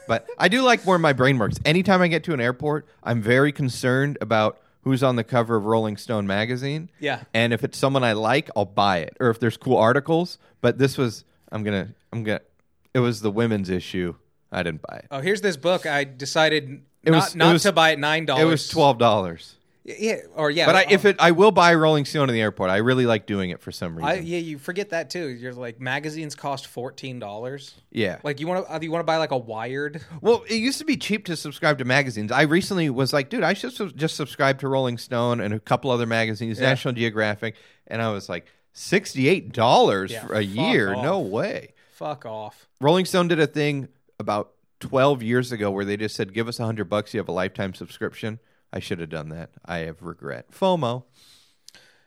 C: but I do like where my brain works. Anytime I get to an airport, I'm very concerned about who's on the cover of Rolling Stone magazine.
B: Yeah.
C: And if it's someone I like, I'll buy it. Or if there's cool articles. But this was, I'm going to, I'm going to, it was the women's issue. I didn't buy it.
B: oh, here's this book. I decided
C: It
B: not,
C: was- it
B: not
C: was-
B: to buy at nine dollars.
C: It was $12.
B: Yeah, or yeah.
C: But I,
B: oh.
C: if it, I will buy Rolling Stone in the airport. I really like doing it for some reason.
B: I, yeah, you forget that too. You're like magazines cost fourteen dollars.
C: yeah.
B: Like you want to you want to buy like a Wired.
C: Well, it used to be cheap to subscribe to magazines. I recently was like, dude, I should sub- just subscribe to Rolling Stone and a couple other magazines, National Geographic, and I was like, sixty-eight dollars
B: Yeah,
C: for a
B: fuck
C: year? No
B: off.
C: way.
B: Fuck off.
C: Rolling Stone did a thing about twelve years ago where they just said, give us a hundred bucks, you have a lifetime subscription. I should have done that. I have regret. FOMO.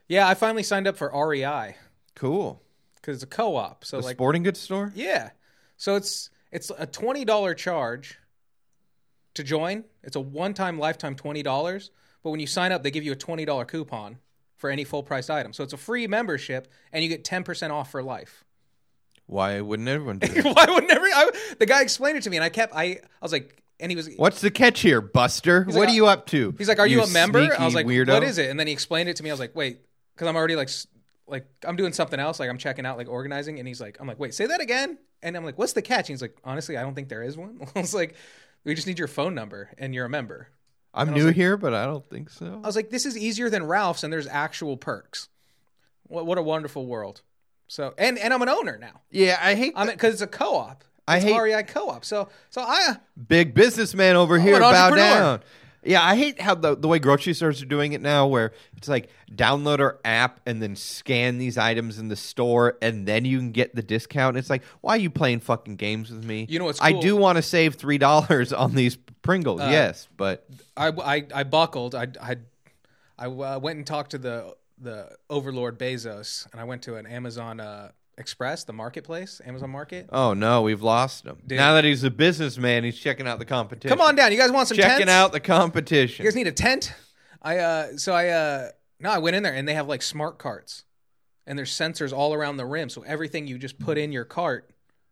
B: Yeah, I finally signed up for E REI
C: Cool.
B: because it's a co-op. So
C: The
B: like,
C: sporting goods store.
B: yeah. So it's it's a twenty dollar charge to join. It's a one time lifetime twenty dollars. But when you sign up, they give you a twenty dollar coupon for any full priced item. So it's a free membership, and you get ten percent off for life.
C: Why wouldn't everyone? Do that?
B: Why would never? I, the guy explained it to me, and I kept I I was like, and he was
C: What's the catch here, Buster? What
B: like,
C: are you up to?
B: He's like, "Are you, a member?" I
C: sneaky
B: was like,
C: weirdo.
B: "What is it?" And then he explained it to me. I was like, "Wait," because I'm already like, s- like I'm doing something else. Like I'm checking out, like organizing. And he's like, "I'm like, wait, say that again." And I'm like, "What's the catch?" And he's like, "Honestly, I don't think there is one." I was like, "We just need your phone number and you're a member."
C: I'm new here, but I don't think so.
B: I was like, "This is easier than Ralph's, and there's actual perks." What what a wonderful world. So and and I'm an owner now.
C: Yeah, I hate
B: I'm because it's a co-op.
C: I
B: It's
C: hate-
B: REI co-op. So so I
C: big businessman over here.
B: an
C: Bow
B: entrepreneur.
C: down. Yeah, I hate how the, the way grocery stores are doing it now, where it's like download our app and then scan these items in the store, and then you can get the discount. It's like, why are you playing fucking games with me?
B: You know what's
C: I
B: cool? Uh,
C: do want to save three dollars on these Pringles, yes, but
B: I, I, I buckled. I, I, I uh, went and talked to the the overlord Bezos, and I went to an Amazon uh, Express, the marketplace, Amazon Market.
C: oh no, we've lost him. Now that he's a businessman, he's checking out the competition.
B: Come on down. You guys want some
C: checking
B: tents?
C: out the
B: You
C: competition.
B: guys need a tent? I uh, so I uh, no, I went in there and they have like smart carts, and there's sensors all around the rim, so everything you just put in your cart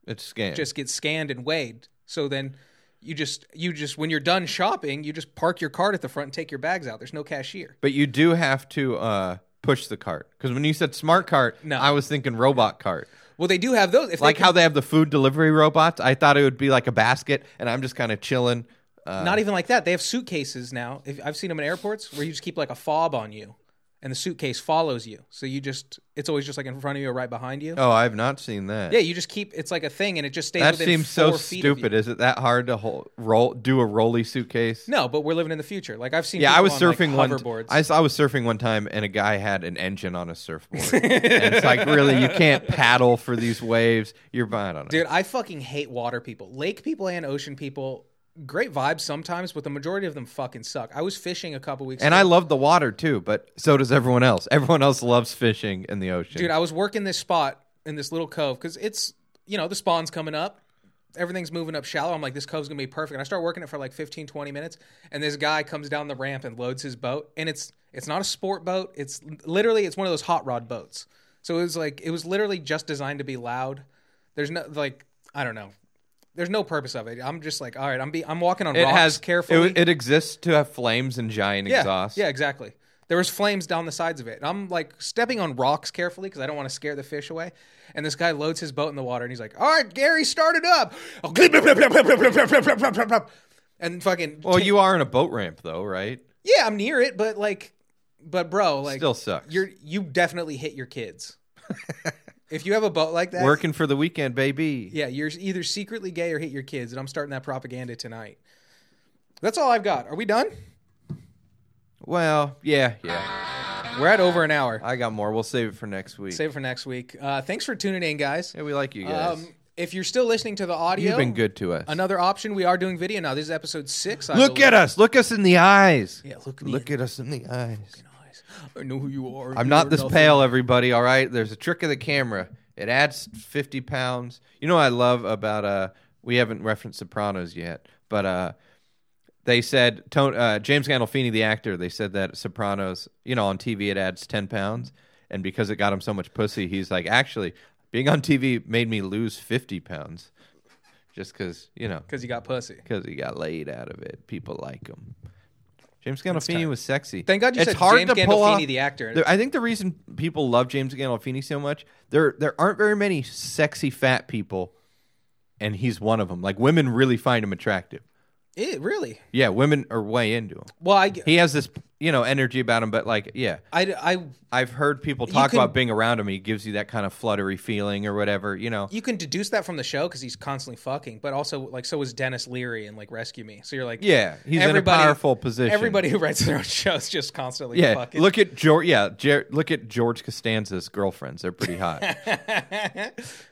C: it's scam.
B: just gets scanned and weighed. So then you just you just when you're done shopping, you just park your cart at the front and take your bags out. There's no cashier.
C: But you do have to uh, push the cart because when you said smart cart,
B: No.
C: I was thinking robot cart.
B: Well, they do have those. If
C: Like
B: they
C: how they have the food delivery robots. I thought it would be like a basket, and I'm just kind of chilling. Uh,
B: Not even like that. They have suitcases now. If, I've seen them in airports where you just keep like a fob on you, and the suitcase follows you. So you just it's always just like in front of you or right behind you.
C: oh, I've not seen that.
B: Yeah, you just keep it's like a thing, and it just stays.
C: that
B: within
C: seems
B: four
C: so
B: feet of you.
C: stupid. Is it that hard to hold, roll do a rolly suitcase?
B: No, but we're living in the future. Like I've seen.
C: Yeah,
B: people
C: I was
B: on,
C: surfing
B: like,
C: one.
B: hoverboards.
C: I, saw- I was surfing one time, and a guy had an engine on a surfboard. and it's like really, you can't paddle for these waves. You're, I don't know.
B: Dude, I fucking hate water people. Lake people and ocean people, great vibes sometimes, but the majority of them fucking suck. I was fishing a couple weeks
C: And
B: ago.
C: I love the water too, but so does everyone else. Everyone else loves fishing in the ocean.
B: Dude, I was working this spot in this little cove because it's, you know, the spawn's coming up. Everything's moving up shallow. I'm like, this cove's going to be perfect. And I start working it for like 15, 20 minutes. And this guy comes down the ramp and loads his boat. And it's it's not a sport boat. It's literally, it's one of those hot rod boats. So it was like, it was literally just designed to be loud. There's no, like, I don't know. There's no purpose of it. I'm just like, all right, I'm be, I'm walking on
C: it
B: rocks
C: has
B: carefully.
C: It, it exists to have flames and giant
B: yeah,
C: exhaust.
B: yeah, exactly. There was flames down the sides of it. And I'm like stepping on rocks carefully because I don't want to scare the fish away. And this guy loads his boat in the water and he's like, "All right, Gary, start it up." And fucking
C: Well, you are in a boat ramp though, right?
B: yeah, I'm near it, but like, but bro, like,
C: Still sucks.
B: You're you definitely hit your kids if you have a boat like that.
C: Working for the weekend, baby.
B: Yeah, you're either secretly gay or hit your kids, and I'm starting that propaganda tonight. That's all I've got. Are we done?
C: Well, yeah, yeah.
B: We're at over an hour.
C: I got more. We'll save it for next week.
B: Save it for next week. Uh, thanks for tuning in, guys.
C: yeah, we like you guys.
B: Um, if you're still listening to the audio,
C: You've been good to us.
B: Another option, we are doing video now. This is episode six. I
C: look
B: believe.
C: at us. Look us in the eyes.
B: Yeah, look me
C: Look at us in the eyes.
B: Nice. I know who you are.
C: I'm
B: You
C: not
B: are
C: this
B: nothing.
C: pale, everybody. All right, there's a trick of the camera. It adds 50 pounds. You know what I love about uh, we haven't referenced Sopranos yet, but uh, they said Tone, uh, James Gandolfini, the actor, they said that Sopranos, you know, on TV it adds 10 pounds, and because it got him so much pussy, he's like, actually, being on TV made me lose 50 pounds, just because you know,
B: because you got pussy.
C: because he got laid out of it. People like him. James Gandolfini was sexy.
B: Thank God you said James Gandolfini, the actor.
C: There- I think the reason people love James Gandolfini so much there there aren't very many sexy fat people, and he's one of them. Like women really find him attractive.
B: It really.
C: Yeah, women are way into him.
B: Well, I,
C: He has this you know energy about him, but like yeah,
B: I, I,
C: I've heard people talk
B: can-
C: about being around him. He gives you that kind of fluttery feeling or whatever. You know,
B: you can deduce that from the show because he's constantly fucking, but also like so is Dennis Leary in like Rescue Me. So you're like,
C: Yeah, he's in a powerful position.
B: Everybody who writes their own show is just constantly
C: Yeah,
B: fucking.
C: look at George. Yeah, Jer- look at George Costanza's girlfriends. They're pretty hot.
B: because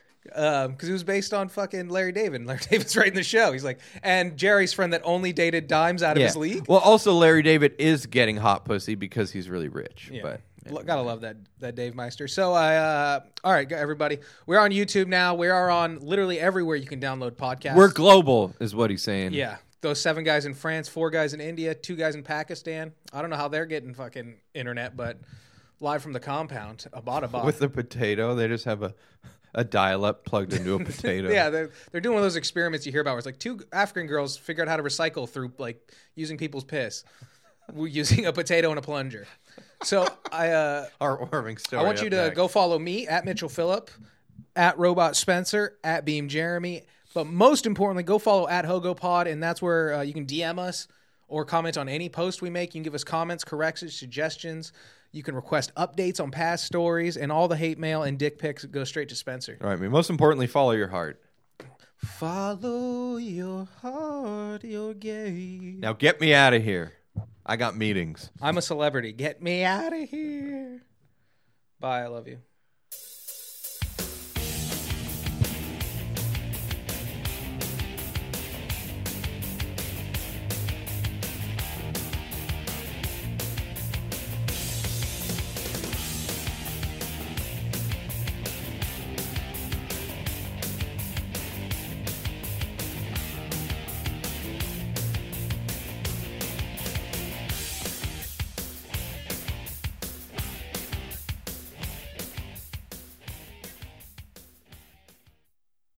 B: um, it was based on fucking Larry David. Larry David's right in the show. He's like, and Jerry's friend that only dated dimes out of his league.
C: Well, also Larry David is getting hot pussy because he's really rich. But
B: Lo- gotta love that that Dave Meister. So I, uh, all right, go- everybody, we're on YouTube now. We are on literally everywhere you can download podcasts.
C: we're global, is what he's saying.
B: yeah, those seven guys in France, four guys in India, two guys in Pakistan. I don't know how they're getting fucking internet, but live from the compound, Abad Abad.
C: With the potato, they just have a a dial up plugged into a potato.
B: yeah, they're, they're doing one of those experiments you hear about where it's like two African girls figure out how to recycle through like using people's piss, We're using a potato and a plunger. So I uh,
C: Heartwarming story.
B: I want you
C: up
B: to
C: next.
B: go follow me at Mitchell Phillip, at Robot Spencer, at Beam Jeremy. But most importantly, go follow at Hogo Pod, and that's where uh, you can DM us or comment on any post we make. You can give us comments, corrections, suggestions. You can request updates on past stories, and all the hate mail and dick pics go straight to Spencer.
C: All right, I mean, most importantly, follow your heart.
B: Follow your heart, you're gay.
C: Now get me out of here. I got meetings.
B: I'm a celebrity. Get me out of here. Bye. I love you.